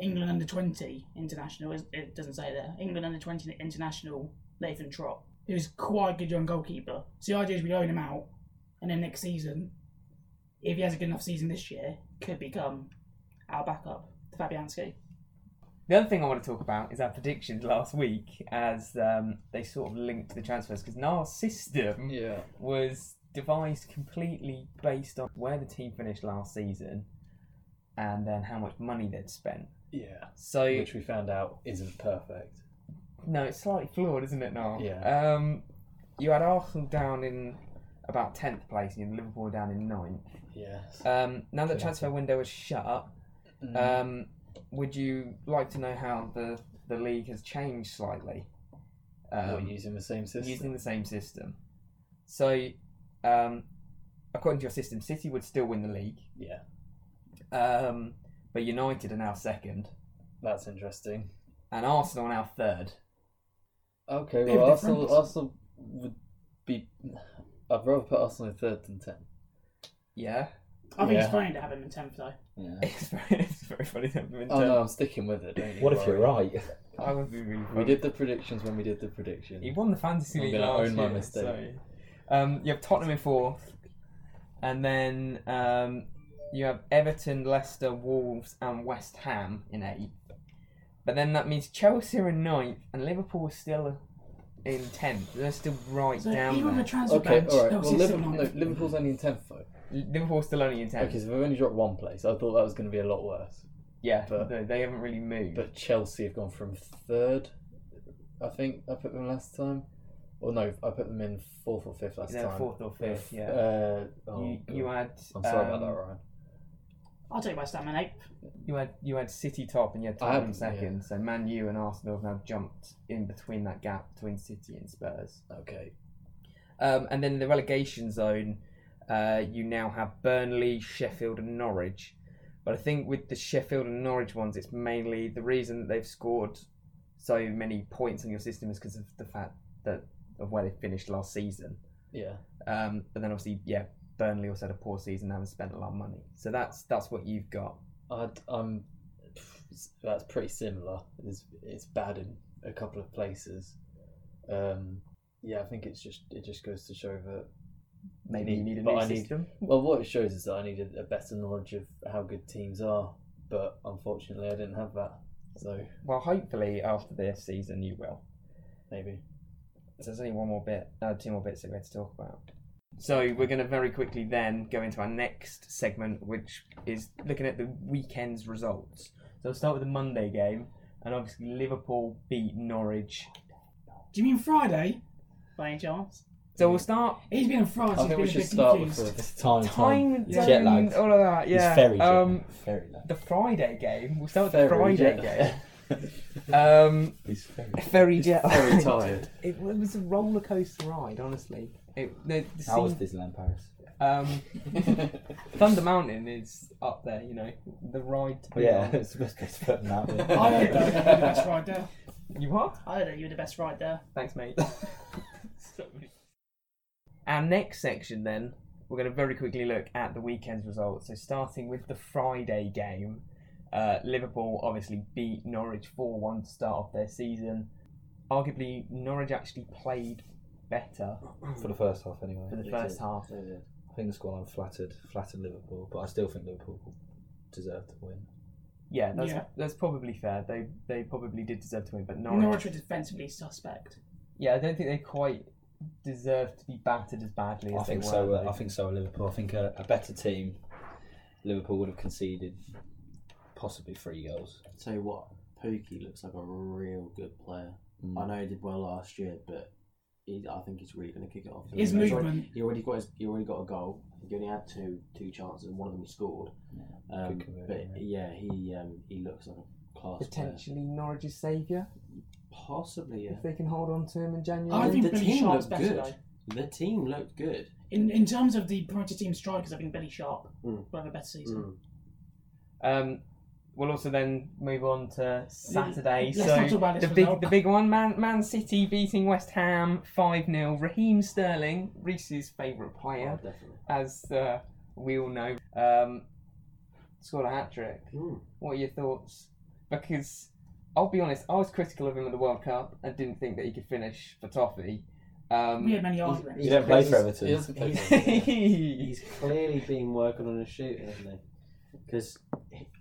England under twenty international. is- It doesn't say there. England under twenty international Nathan Trott, who's quite a good young goalkeeper. So the idea is we loan him out, and then next season, if he has a good enough season this year, could become our backup, Fabianski.
The other thing I want to talk about is our predictions last week, as um, they sort of linked the transfers because Niall's system
Yeah.
was devised completely based on where the team finished last season and then how much money they'd spent.
Yeah.
So
Which we found out isn't perfect.
no, it's slightly flawed, isn't it now?
Yeah.
Um, you had Arsenal down in about tenth place and you had Liverpool down in ninth.
Yes.
Um, now that transfer window is shut,
Mm.
um, would you like to know how the the league has changed slightly?
Not
Um,
using the same system.
using the same system. So, um, according to your system, City would still win the league.
Yeah.
Um, but United are now second,
That's interesting.
and Arsenal are now third.
Okay,
Bit of
well, Arsenal,
difference.
Arsenal would be. I'd rather put Arsenal in third than ten.
Yeah,
I think
Yeah.
it's funny to have him in tenth though.
Yeah.
it's very, it's very funny. That we've been
Oh
doing-
no, I'm sticking with it. Don't you
What if you're
worry.
right?
I would be really.
We
Funny.
did the predictions when we did the prediction.
He won the fantasy
I'm
league
gonna
last
own my
year,
mistake.
so- um, you have Tottenham in fourth, and then um, you have Everton, Leicester, Wolves, and West Ham in eighth. But then that means Chelsea are in ninth, and Liverpool are still in tenth. They're still right
So
down
even
there.
with a transfer
Okay,
bench,
all right.
they'll
Well,
see
Liverpool,
someone.
no, Liverpool's only in tenth though.
Liverpool's still only in tenth.
Okay, so they've only dropped one place. I thought that was going to be a lot worse.
yeah,
but-
they, they haven't really moved.
But Chelsea have gone from third, I think I put them last time. Or no, I put them in fourth or fifth last
They're
time.
fourth or
They're
fifth,
f-
yeah.
Uh, oh,
you,
God.
you had
I'm sorry about
um,
that, Ryan.
I'll take West Ham in eighth.
You had you had City top and you had
I
Tottenham
haven't, yeah.
second. So Man U and Arsenal have now jumped in between that gap between City and Spurs.
Okay.
Um, and then in the relegation zone, uh, you now have Burnley, Sheffield, and Norwich. But I think with the Sheffield and Norwich ones, it's mainly the reason that they've scored so many points in your system is because of the fact that of where they finished last season.
Yeah.
Um, but then obviously, yeah, Burnley also had a poor season, haven't spent a lot of money. So that's that's what you've got.
I'd, um, that's pretty similar. It's, it's bad in a couple of places. Um, yeah, I think it's just it just goes to show that.
Maybe you
Need-
need a
but
new
I need-
system.
Well, what it shows is that I needed a better knowledge of how good teams are, but unfortunately, I didn't have that. So
Well, hopefully after this season you will.
maybe.
There's only one more bit, uh, two more bits that we had to talk about. So we're going to very quickly then go into our next segment, which is looking at the weekend's results. So I'll start with the Monday game, and obviously Liverpool beat Norwich.
Do you mean Friday? By any chance?
So we'll start
He's been in France.
I
he's
think
been
we
a
should
bit
start with
confused.
the
It's time, time.
time
Yeah.
zone,
Jet lagged.
all of that. Yeah.
It's very
um,
jet- very low.
the Friday game. We'll start with the
Very
Friday game. Um,
It's very.
very jet.
Very
lagged.
tired.
It, it was a roller coaster ride, honestly. It, the, the
How was
scene-
Disneyland Paris?
Um, Thunder Mountain is up there, you know, the ride to be
Yeah,
on.
it's the best place to put them out. yeah.
I heard that you were the best ride there.
You what?
I heard that you were the best ride there.
Thanks, mate. Our next section, then, we're going to very quickly look at the weekend's results. So, starting with the Friday game, uh, Liverpool obviously beat Norwich 4 1 to start off their season. Arguably, Norwich actually played better
For the first half, anyway.
for the first half.
I think the scoreline flattered, flattered Liverpool, but I still think Liverpool deserved to win.
Yeah, that's,
Yeah.
that's probably fair. They they probably did deserve to win, but Norwich.
Norwich were defensively suspect.
Yeah, I don't think they quite deserve to be battered as badly as
I think
they were.
so. uh,
though.
I think so. Liverpool. I think a, a better team, Liverpool would have conceded possibly three goals.
Tell you what, Pookie looks like a real good player.
Mm.
I know he did well last year, but he, I think he's really going to kick it off.
His
He's already-
movement.
he already got his, he already got a goal. I think he only had two two chances, and one of them he scored. Um,
good conversion,
but yeah, he um, he looks like a class player.
potentially Norwich's saviour
Possibly, yeah.
if they can hold on to him in January.
I
The-
think
the
Billy
team
Sharp's
looked
better
good.
though.
The team looked good.
In in terms of the perimeter team strikers, I think Billy Sharp
Mm.
will have a better season.
Um, we'll also then move on to Saturday.
Let's not talk
so
about this
the
for
big
now.
the big one, Man Man City beating West Ham five 0 Raheem Sterling, Reese's favourite
Oh,
player,
definitely.
as uh, we all know, um, scored a hat trick.
Mm.
What are your thoughts? Because I'll be honest, I was critical of him at the World Cup and didn't think that he could finish for toffee. Um,
We had many arguments.
You don't play for
He
Everton.
doesn't play for Everton.
He's
He's clearly been working on his shooting, hasn't he? Because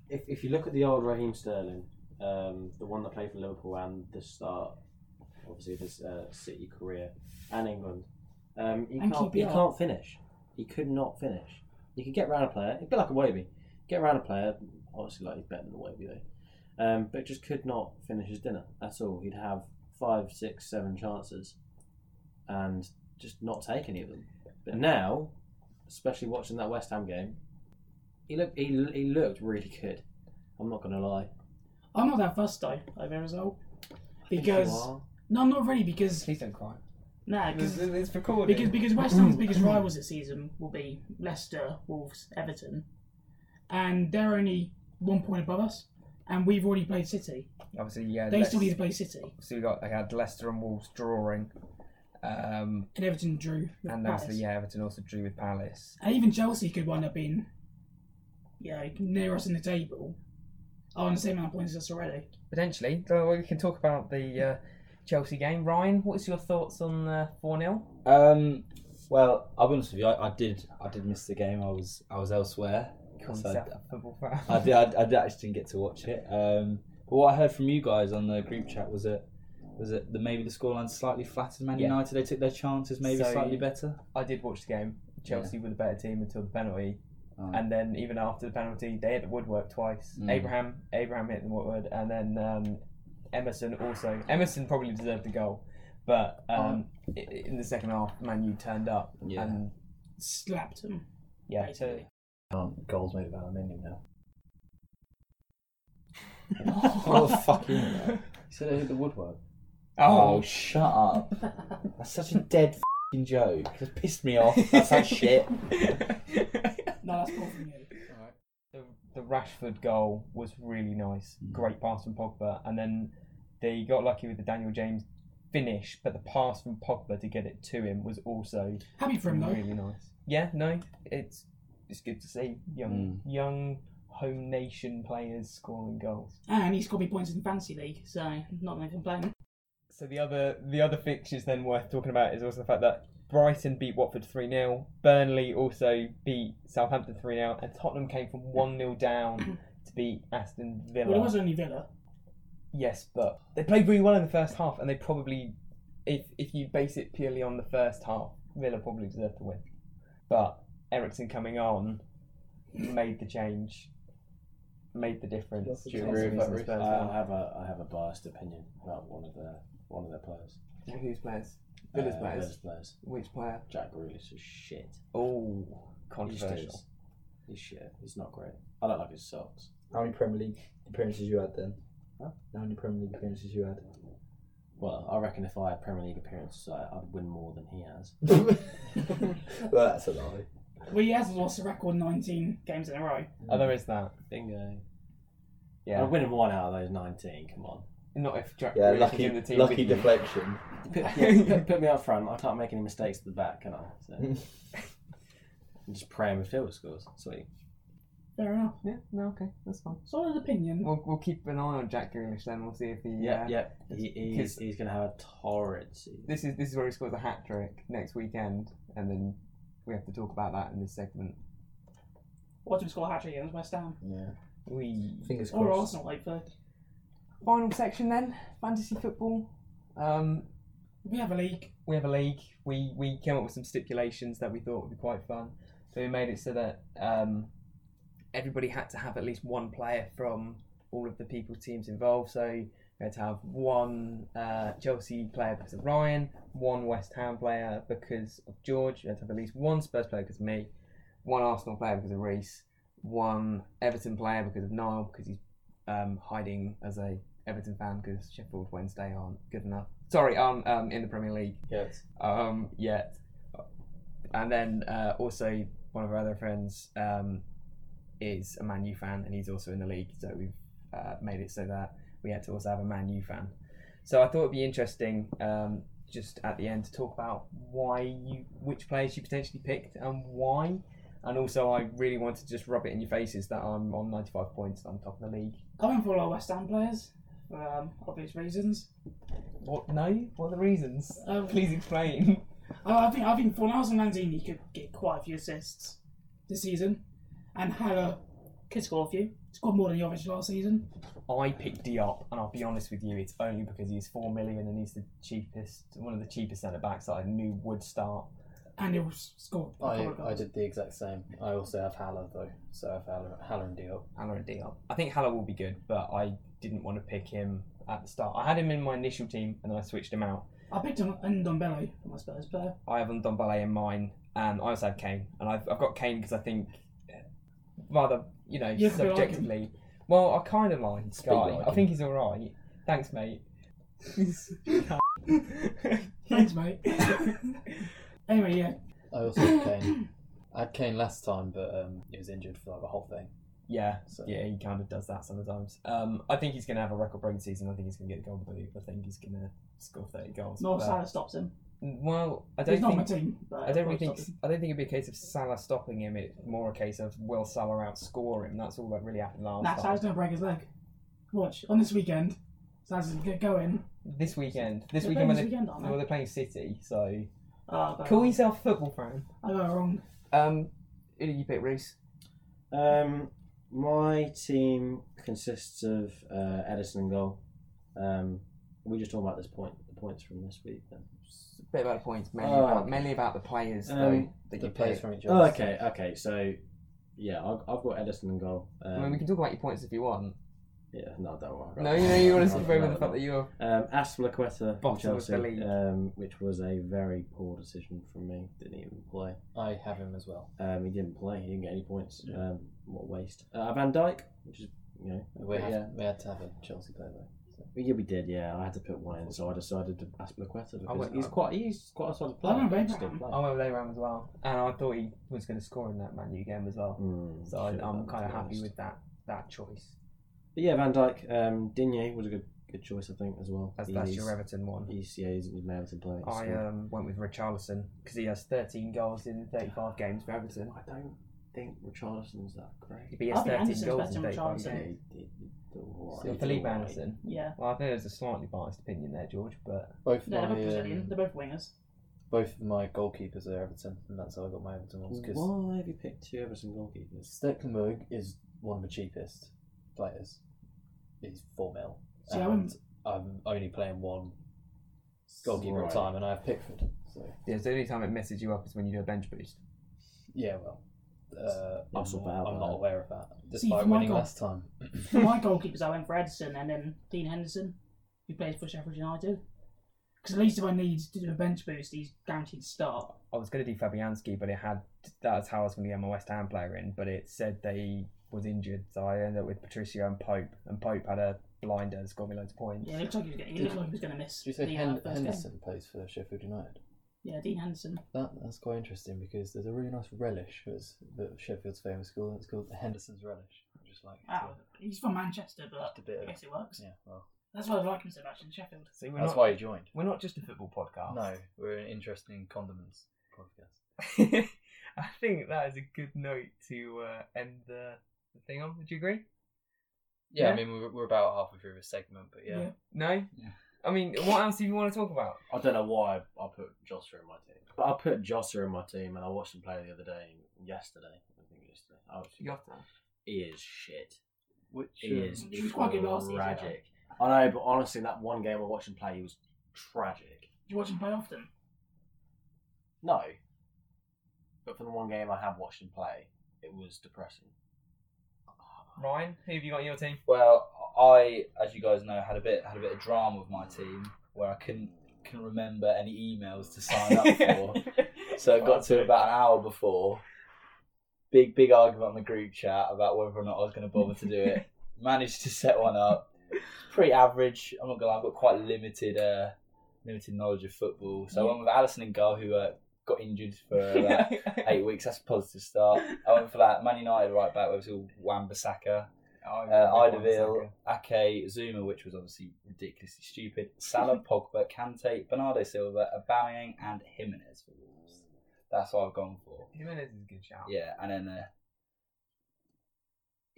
if, if you look at the old Raheem Sterling, um, the one that played for Liverpool and the start, obviously, of his uh, City career and England, um, he,
And
can't, he
QPR.
can't finish. He could not finish. You could get round a player, it'd be like a Wavy. Get round a player, obviously, like he's better than a Wavy, though, um, but just could not finish his dinner. That's all. He'd have five, six, seven chances and just not take any of them. But now, especially watching that West Ham game, he looked he, he looked really good. I'm not gonna lie.
I'm not that fussed though over the result
I think you
because
are.
no, not really because
Please don't cry.
nah, 'cause-
It's, it's recorded.
Because because West Ham's biggest rivals this season will be Leicester, Wolves, Everton, and they're only one point above us, and we've already played City.
obviously, yeah.
They
Leic-
still need to play City.
so we got I had Leicester and Wolves drawing, Um,
And Everton drew. With
and
Palace.
obviously, yeah, Everton also drew with Palace.
And even Chelsea could wind up being, you know, near us in the table. On the same amount of points as us already.
Potentially, though we can talk about the uh, Chelsea game. Ryan, what's your thoughts on uh, four 0
Um, well, I'll be honest with you. I, I did. I did miss the game. I was. I was elsewhere. So I,
concept of football fan?
I did, I, I did actually didn't get to watch it. Um, but what I heard from you guys on the group chat was that was that the, maybe the scoreline slightly flattered Man
Yeah.
United. They took their chances maybe
So-
slightly better.
I did watch the game. Chelsea were the better team until the penalty,
Oh.
and then even after the penalty, they hit the woodwork twice.
Mm.
Abraham, Abraham hit the woodwork, and then um, Emerson also. Emerson probably deserved the goal, but um, i in the second half, Man U turned up,
Oh. Yeah.
and
Slapped them.
yeah, so
goals made of aluminium now.
What the fuck? you know?
So they hit the woodwork.
Oh, shut up! That's such a dead fing joke. It pissed me off. That's that shit.
No, that's poor from you.
the, the Rashford goal was really nice.
Mm.
Great pass from Pogba, and then they got lucky with the Daniel James finish, but the pass from Pogba to get it to him was also
Happy for him though.
really nice. Yeah, no, it's it's good to see young young home nation players scoring goals.
And he's got me points in fancy league, so not gonna complain.
So the other the other fixtures then worth talking about is also the fact that Brighton beat Watford 3 0, Burnley also beat Southampton 3 0, and Tottenham came from 1 0 down to beat Aston Villa.
Well, it was only Villa.
Yes, but they played really well in the first half, and they probably, if if you base it purely on the first half, Villa probably deserved to win. But Ericsson coming on made the change, made the difference.
Do you agree with that, Ruth?
Spurs
I
won.
have a I have a biased opinion about one of their one of their players.
Whose players? Villa's
Uh,
players.
Villa's players.
Which player?
Jack Grealish is shit.
Oh,
He just
controversial.
is. He's shit. He's not great. I don't like his socks.
How many Premier League appearances you had then?
Huh?
How many Premier League appearances you had?
Well, I reckon if I had Premier League appearances, I, I'd win more than he has.
well, that's a lie.
Well, he has lost a record 19 games in a row.
Oh, there is that.
Bingo.
Yeah.
I'm winning one out of those 19. Come on.
Not if Jack
Yeah,
Grealish is
lucky,
in the team.
lucky
with you.
deflection.
Yeah, put, put me up front. I can't make any mistakes at the back, can I? So. I'm just praying midfielder scores. Sweet.
Fair enough.
Yeah, no, okay, that's fine.
Solid opinion.
We'll, we'll keep an eye on Jack Grealish then. We'll see if he. uh,
Yeah, yeah. He,
Because-
he's he's going to have a torrid season.
this is this is where he scores a hat trick next weekend, and then we have to talk about that in this segment.
Watch him score a hat trick against West Ham.
Yeah.
We
Fingers
Or
crossed.
Arsenal, hopefully.
final section then fantasy football. Um,
We have a league.
we have a league. We we came up with some stipulations that we thought would be quite fun. So we made it so that um, everybody had to have at least one player from all of the people teams involved. So we had to have one uh, Chelsea player because of Ryan, one West Ham player because of George. We had to have at least one Spurs player because of me, one Arsenal player because of Reese, one Everton player because of Niall because he's um, hiding as a Everton fan because Sheffield Wednesday aren't good enough. Sorry, aren't um, in the Premier League
Yes.
um, yet. And then uh, also one of our other friends um, is a Man U fan, and he's also in the league. So we've uh, made it so that we had to also have a Man U fan. So I thought it'd be interesting um, just at the end to talk about why you, which players you potentially picked, and why. And also, I really want to just rub it in your faces that I'm on 95 points, I'm top of the league.
I went for all our West Ham players for um, obvious reasons.
What? No? What are the reasons?
Um,
Uh, Please explain.
Oh, I I think I think for now, Lanzini could get quite a few assists this season, and Haller could score a few. Scored more than Jovic last season.
I picked Diop, and I'll be honest with you, it's only because he's four million and he's the cheapest, one of the cheapest centre backs that I knew would start.
and he'll s- score. a
I,
couple of
I
goals.
did the exact same. I also have Haller though, so I have Haller, Haller and Diop.
Haller and Diop. I think Haller will be good, but I didn't want to pick him at the start. I had him in my initial team, and then I switched him out.
I picked on Ndombele for my Spurs player.
I have Ndombele in mine, and I also had Kane, and I've, I've got Kane because I think, eh, rather, you know,
You feel like him.
subjectively. well, I kind of like this
Speak
guy.
like
I
him.
think he's all right. Thanks, mate.
Thanks, mate. anyway, yeah,
I also had Kane. I had Kane last time, but um, he was injured for like, the whole thing.
Yeah,
So-
yeah, he kind of does that sometimes. Um, I think he's going to have a record-breaking season. I think he's going to get a goal boot. I think he's going to score thirty goals.
North
but
Salah stops him.
Well, I don't
He's not my
think
team. But
I don't really
I've
think
got to stop
I don't think it'd be a case of Salah stopping him. It's more a case of will Salah outscore him. That's all that really happened
him.
last
Nah,
time.
Salah's going to break his leg. Watch. On this weekend, Salah's going to go in.
This weekend, this
They're
weekend
playing
when
this
they-
weekend, aren't they?
well, they're playing City, so
Oh, I got it
call
wrong.
yourself a football fan.
I got it wrong.
Um, who did you pick, Reese?
Um, my team consists of uh, Edison and goal. Um, we just talking about this point, the points from this week. Then.
A bit about points, mainly,
Oh.
about, mainly about the players
Um,
though, that
Uh, The
you
players
pick.
from each
Oh,
other.
okay, okay. So, yeah, I've, I've got Edison and goal. Um,
I mean, we can talk about your points if you want.
Yeah, no, don't worry.
No, you know, you want to
I'd
skip over
rather
the fact
not.
that you're
Um, Aspilicueta from
Bottom of
Chelsea,
the league.
um, which was a very poor decision from me. Didn't even play.
I have him as well.
Um, he didn't play. He didn't get any points. Um, what a waste. Uh, Van Dyke, which is you know.
We,
have-
yeah, we had to have a Chelsea player though.
Yeah, we did. Yeah, I had to put one in, so I decided to Aspilicueta because
went
he's
up.
quite he's quite a solid player.
I went
He's a
Abraham.
good player.
I went with Abraham as well, and I thought he was going to score in that Man U game as well.
Mm,
So I,
should've
I'm
done,
kind of
to be
happy
honest.
with that that choice.
But yeah, Van Dyke, um, Digne was a good good choice, I think, as well.
That's, that's
He's-
your Everton one.
He's yeah, he's an Everton player. he's
I
good.
um, went with Richarlison because he has 13 goals in 35 games for Everton.
I don't think Richardson's that great.
But he has
I think
13
Anderson's
goals
better
in
than
35
Richarlison.
games.
He- he- he- he's alright.
So
He's
Philippe
alright.
Anderson.
Yeah.
Well, I think there's a slightly biased opinion there, George, but
Both
They're
Oh,
my
both Brazilian.
um,
They're both wingers.
both of my goalkeepers are Everton, and that's how I got my Everton ones because
Why have you picked two Everton goalkeepers?
Stecklenburg is one of the cheapest players. He's four mil,
See, I
and
wouldn't-
I'm only playing one goalkeeper
Right.
at a time, and I have Pickford. So
yeah, so the only time it messes you up is when you do a bench boost.
yeah, well, uh,
I'll
I'm,
sort
not,
out
I'm
that.
not aware of that.
See,
Despite
for my
winning
goal-
last time,
For my goalkeepers, I went for Edison and then Dean Henderson, who plays for Sheffield United. Because at least if I need to do a bench boost, he's guaranteed to start.
I was going to do Fabianski, but it had that's how I was going to get my West Ham player in, but it said that he was injured, so I ended up with Patricio and Pope, and Pope had a blinder and scored me loads of points.
Yeah, it looks like he was, gonna- he looked like he was going to miss.
do you say
the, uh,
Hen-
first game.
Henderson plays for Sheffield United?
Yeah, Dean Henderson.
That that's quite interesting because there's a really nice relish that's that Sheffield's famous school. It's called the Henderson's relish. I just like
Ah, he's from Manchester, but
Just a bit
I
of-
guess it works.
yeah. Well,
That's why I like him so much in Sheffield.
See, we're
that's
not
why he joined.
we're not just a football podcast.
No, we're an interesting condiments podcast.
I think that is a good note to uh, end the, the thing on. Would you agree?
Yeah,
Yeah.
I mean we're, we're about halfway through the segment, but yeah,
Yeah.
No.
Yeah.
I mean, what else do you want to talk about?
I don't know why I put Josser in my team. But I put Josser in my team, and I watched him play the other day, yesterday. I think it was yesterday. I was, he is shit.
which
He is
He was quite good last season, though.
tragic. I know, but honestly, that one game I watched him play, he was tragic.
Do you watch him play often?
No. But for the one game I have watched him play, it was depressing.
Ryan, who have you got in your team?
Well, I, as you guys know, had a bit had a bit of drama with my team where I couldn't couldn't remember any emails to sign up for. So it got to about an hour before. Big, big argument on the group chat about whether or not I was going to bother to do it. Managed to set one up. Pretty average. I'm not going to lie, I've got quite limited uh, limited knowledge of football. So I went with Allison and Gull, who uh, got injured for about eight weeks. That's a positive start. I went for that. Man United right back, where it was all Wan-Bissaka. Uh, Idaville, Ake, Zuma, which was obviously ridiculously stupid. Salah, Pogba, Kante, Bernardo Silva, Aubameyang, and Jimenez for Wolves. That's what I've gone for.
Jimenez is a good shout.
Yeah, and then uh,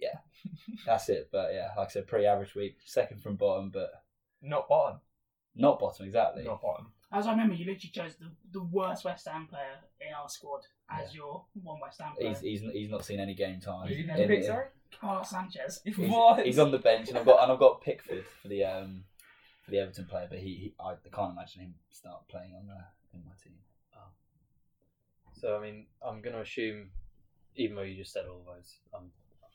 yeah, that's it. But yeah, like I said, pretty average week. Second from bottom, but
Not bottom.
not bottom exactly.
Not bottom.
As I remember, you literally chose the, the worst West Ham player in our squad as your one West Ham player.
He's, he's he's not seen any game time.
Who did
In-
you pick,
in-
sorry?
Carlos Sanchez.
He's, he's on the bench, and I've got and I've got Pickford for the um for the Everton player, but he, he I can't imagine him start playing on the in my team.
So I mean, I'm going to assume, even though you just said all those, um,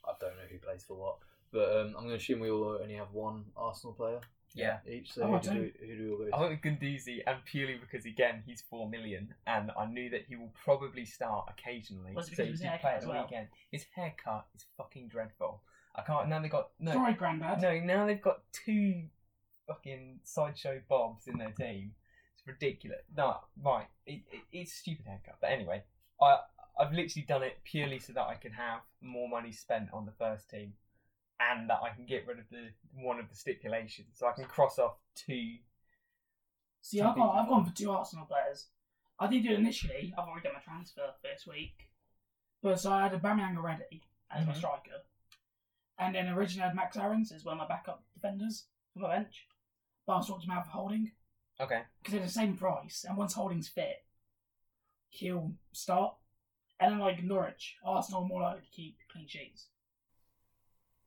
I don't know who plays for what, but um, I'm going to assume we all only have one Arsenal player
Yeah.
each. So
Oh, I
who, do, we- who do we all go?
I
To?
went with Gunduzi, and purely because again he's four million, and I knew that he will probably start occasionally.
Was it because of his
did
haircut
play at
as
the
well?
weekend. His haircut is fucking dreadful. I can't. Now they've got no,
Sorry, Grandad.
no. Now they've got two fucking sideshow bobs in their team. It's ridiculous. No, right. It, it, it's a stupid haircut. But anyway, I I've literally done it purely so that I can have more money spent on the first team, and that I can get rid of the one of the stipulations, so I can cross off two
See, I've gone, I've gone for two Arsenal players. I did do it initially. I've already done my transfer for this week. But so I had Aubameyang already as my
Mhm.
striker. And then originally I had Max Aarons as one of my backup defenders for my bench. But I swapped him out for Holding
Okay.
because they're the same price. And once Holding's fit, he'll start. And then like Norwich, Arsenal are more likely to keep clean sheets.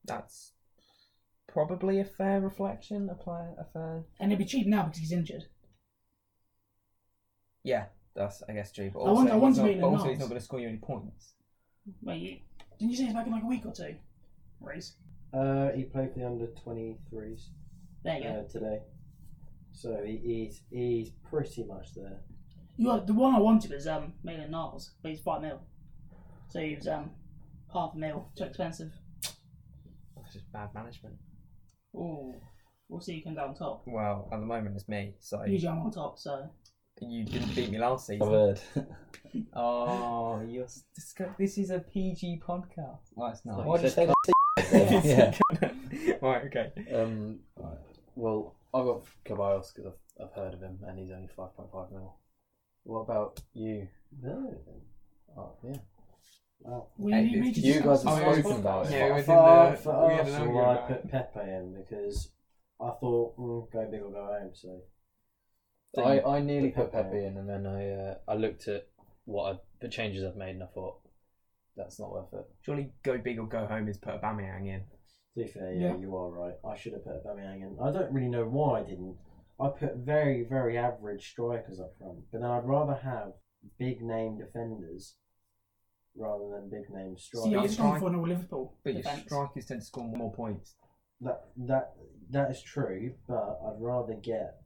That's probably a fair reflection. Apply a fair.
And it'll be cheap now because he's injured.
Yeah, that's I guess true. But
I want- I
also,
want
he's
to
not,
be in
but
the
also he's
Knights.
not going to score you any points.
Wait, you- didn't you say he's back in like a week or two? Reese.
Uh, he played the under 23s
There you go.
uh, today. So he, he's, he's pretty much there.
You are, the one I wanted was um Maitland Niles, but he's five mil. So he was um half a mil, too expensive.
That's just bad management.
Ooh. We'll see who comes out on top.
Well, at the moment it's me, so
Usually I'm on top, so
you didn't beat me last
I've
season.
heard.
Oh, you're s- disg- this is a PG podcast. Well, it's
Oh,
not.
Like
Why
Why'd
did
you
you
say
say that? yeah.
right. Okay.
Um, well, I got Caballos because I've, I've heard of him and he's only 5.5 mil. What about you?
No.
Oh, yeah.
Wow.
we
Hey,
need me to
You
discuss
guys have
this
spoken about it.
Oh, Yeah, we
for,
did
for,
the-
for
we had an
Arsenal, I
argument about
put Pepe in because I thought, mm, go big or go home. So
So I, I nearly put
Pepe.
Pepe in, and then I uh, I looked at what I, the changes I've made, and I thought that's not worth it.
Surely, go big or go home is put a Bamiyang in.
to be fair, yeah,
Yeah.
you are right. I should have put Aubameyang in. I don't really know why I didn't. I put very, very average strikers up front, but then I'd rather have big name defenders rather than big name
See, I
strikers.
was going for an all Liverpool.
But your
defence.
strikers tend to score more points.
That that that is true, but I'd rather get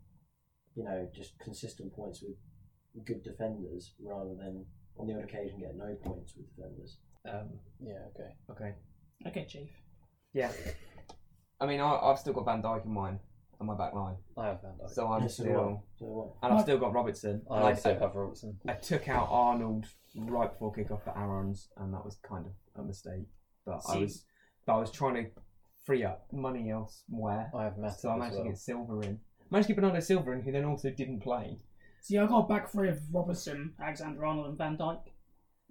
you know just consistent points with good defenders rather than on the odd occasion get no points with defenders.
Um,
Yeah, okay.
okay.
Okay, Chief.
Yeah. I mean, I, I've still got Van Dijk in mine on my back line,
I have Van Dijk.
so I'm
Yes, so
still
So what?
and I've still got Robertson.
I
And I,
also have Robertson.
I took out Arnold right before kickoff for Aaron's, and that was kind of a mistake. But I
See-
was, but I was trying to free up money elsewhere,
I have Matip
so I
Oh, as
managed to
well.
get Silver in. Managed to get Bernardo Silver in, who then also didn't play.
See, I got a back three of Robertson, Alexander Arnold, and Van Dyke.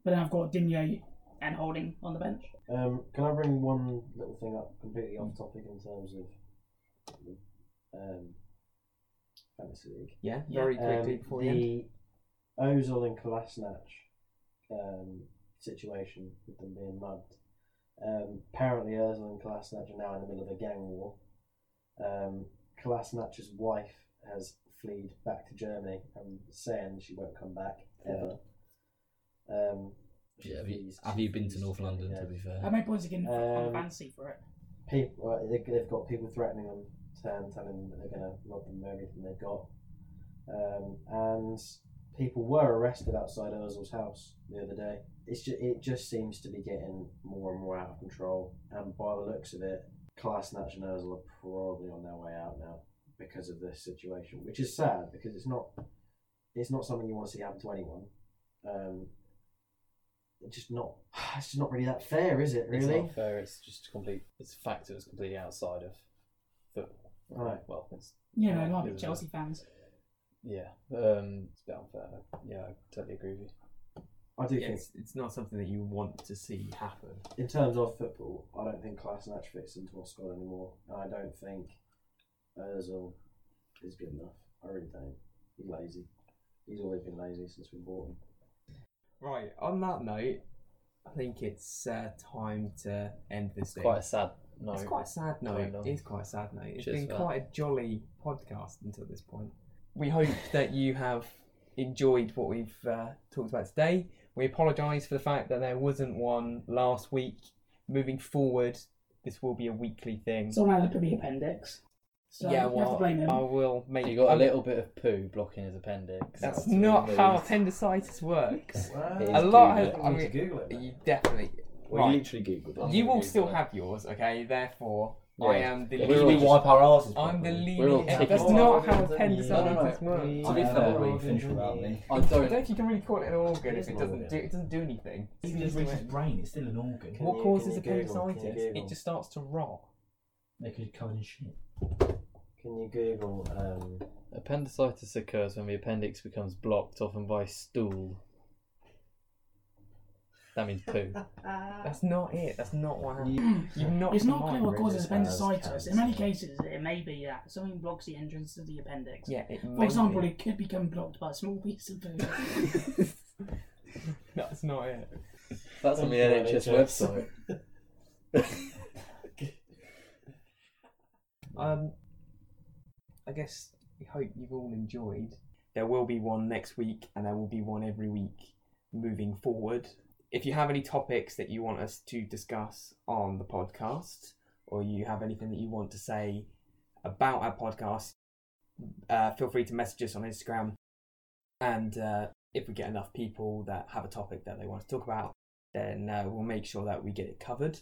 But then I've got Digne and Holding on the bench.
Um, can I bring one little thing up completely off topic in terms of um, fantasy league?
Yeah,
Yeah.
very quickly
Um,
before the end.
the Ozil and Kolasinac um, situation with them being mugged. Um, apparently, Ozil and Kolasinac are now in the middle of a gang war. Um, Kolasinac's wife has fled back to Germany and saying she won't come back ever. Um,
Yeah, have you,
she's-
have you been to North London,
Yeah.
to be
How
fair?
many points again on
Um,
fancy for it?
people uh, they- they've got people threatening them telling, telling them that they're going to rob them of everything they've got um, and people were arrested outside Ozil's house the other day it's just, it just seems to be getting more and more out of control and by the looks of it Kolasinac and Ozil are probably on their way out now because of this situation which is sad because it's not it's not something you want to see happen to anyone um, it's just not it's just not really that fair is it really
It's not fair. It's just complete. It's a factor that's completely outside of football.
Oh.
Right.
Well, it's
You know, they might
Yeah.
be Chelsea fans.
yeah. Um, it's a bit unfair. Yeah, I totally agree with you.
I do
Yeah,
think
it's, it's not something that you want to see happen.
in terms of football, I don't think Kolasinac fits into our squad anymore, and I don't think Özil is good enough. I really don't. He's lazy. He's always been lazy since we bought him.
Right, on that note, I think it's uh, time to end this
It's
thing.
quite a sad note.
It's quite a sad
Kind
note.
of.
It is quite a sad note. It's
Cheers
been
for that.
quite a jolly podcast until this point. We hope that you have enjoyed what we've uh, talked about today. We apologise for the fact that there wasn't one last week. Moving forward, this will be a weekly thing.
Someone had a be appendix. So
yeah,
you have to
well,
blame him.
I will make.
He got a
I'm-
little bit of poo blocking his appendix.
That's
what he
not how
moved.
appendicitis works.
It is
a lot.
Google
Has,
it.
I mean,
Google it.
you definitely.
We
Right.
literally Googled
I'm
You
gonna
will
use
still
that.
have yours, okay? Therefore,
Yeah.
I am the
We're
it.
all
We
leading.
just-
wipe our asses.
I'm the
properly.
We're all
leading.
taking-
That's
Oh,
not
yeah.
how
No, no, no.
appendicitis works.
To be
Yeah.
fair,
Yeah.
we finish without me.
I
I don't
don't.
think you can really call it an organ if
It is
it
an
doesn't
organ.
do it doesn't do anything.
Even
It's just-
just reach his brain, it's still an organ.
Can
What
you-
causes
can you Google? Can you
appendicitis?
Google?
It just starts to rot.
They could covered in shit.
Can you Google? Um,
Appendicitis occurs when the appendix becomes blocked, often by stool. That means poo.
That's not it. That's not what happened. You've not.
It's not clear
combined
what causes
really.
appendicitis. In many
cancer.
cases, it may be that something blocks the entrance to the appendix.
Yeah. It
For example, it could become blocked by a small piece of food.
that's not it.
That's on the
Thank you,
NHS
NHS.
website.
Um, I guess we hope you've all enjoyed. There will be one next week, and there will be one every week moving forward. If you have any topics that you want us to discuss on the podcast, or you have anything that you want to say about our podcast, uh, feel free to message us on Instagram. And uh, if we get enough people that have a topic that they want to talk about, then uh, we'll make sure that we get it covered.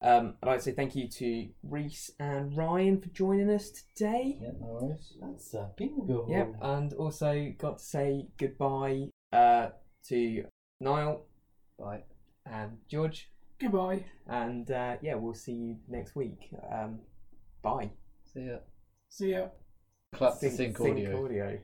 Um, I'd like to say thank you to Reese and Ryan for joining us today.
yeah, no worries. That's uh, bingo.
Yep, and also got to say goodbye uh, to Niall
Bye.
and George.
Goodbye.
And uh, yeah, we'll see you next week. Um, bye.
See ya.
See ya.
Clap to
Sync-
sync
Sync
audio.
audio.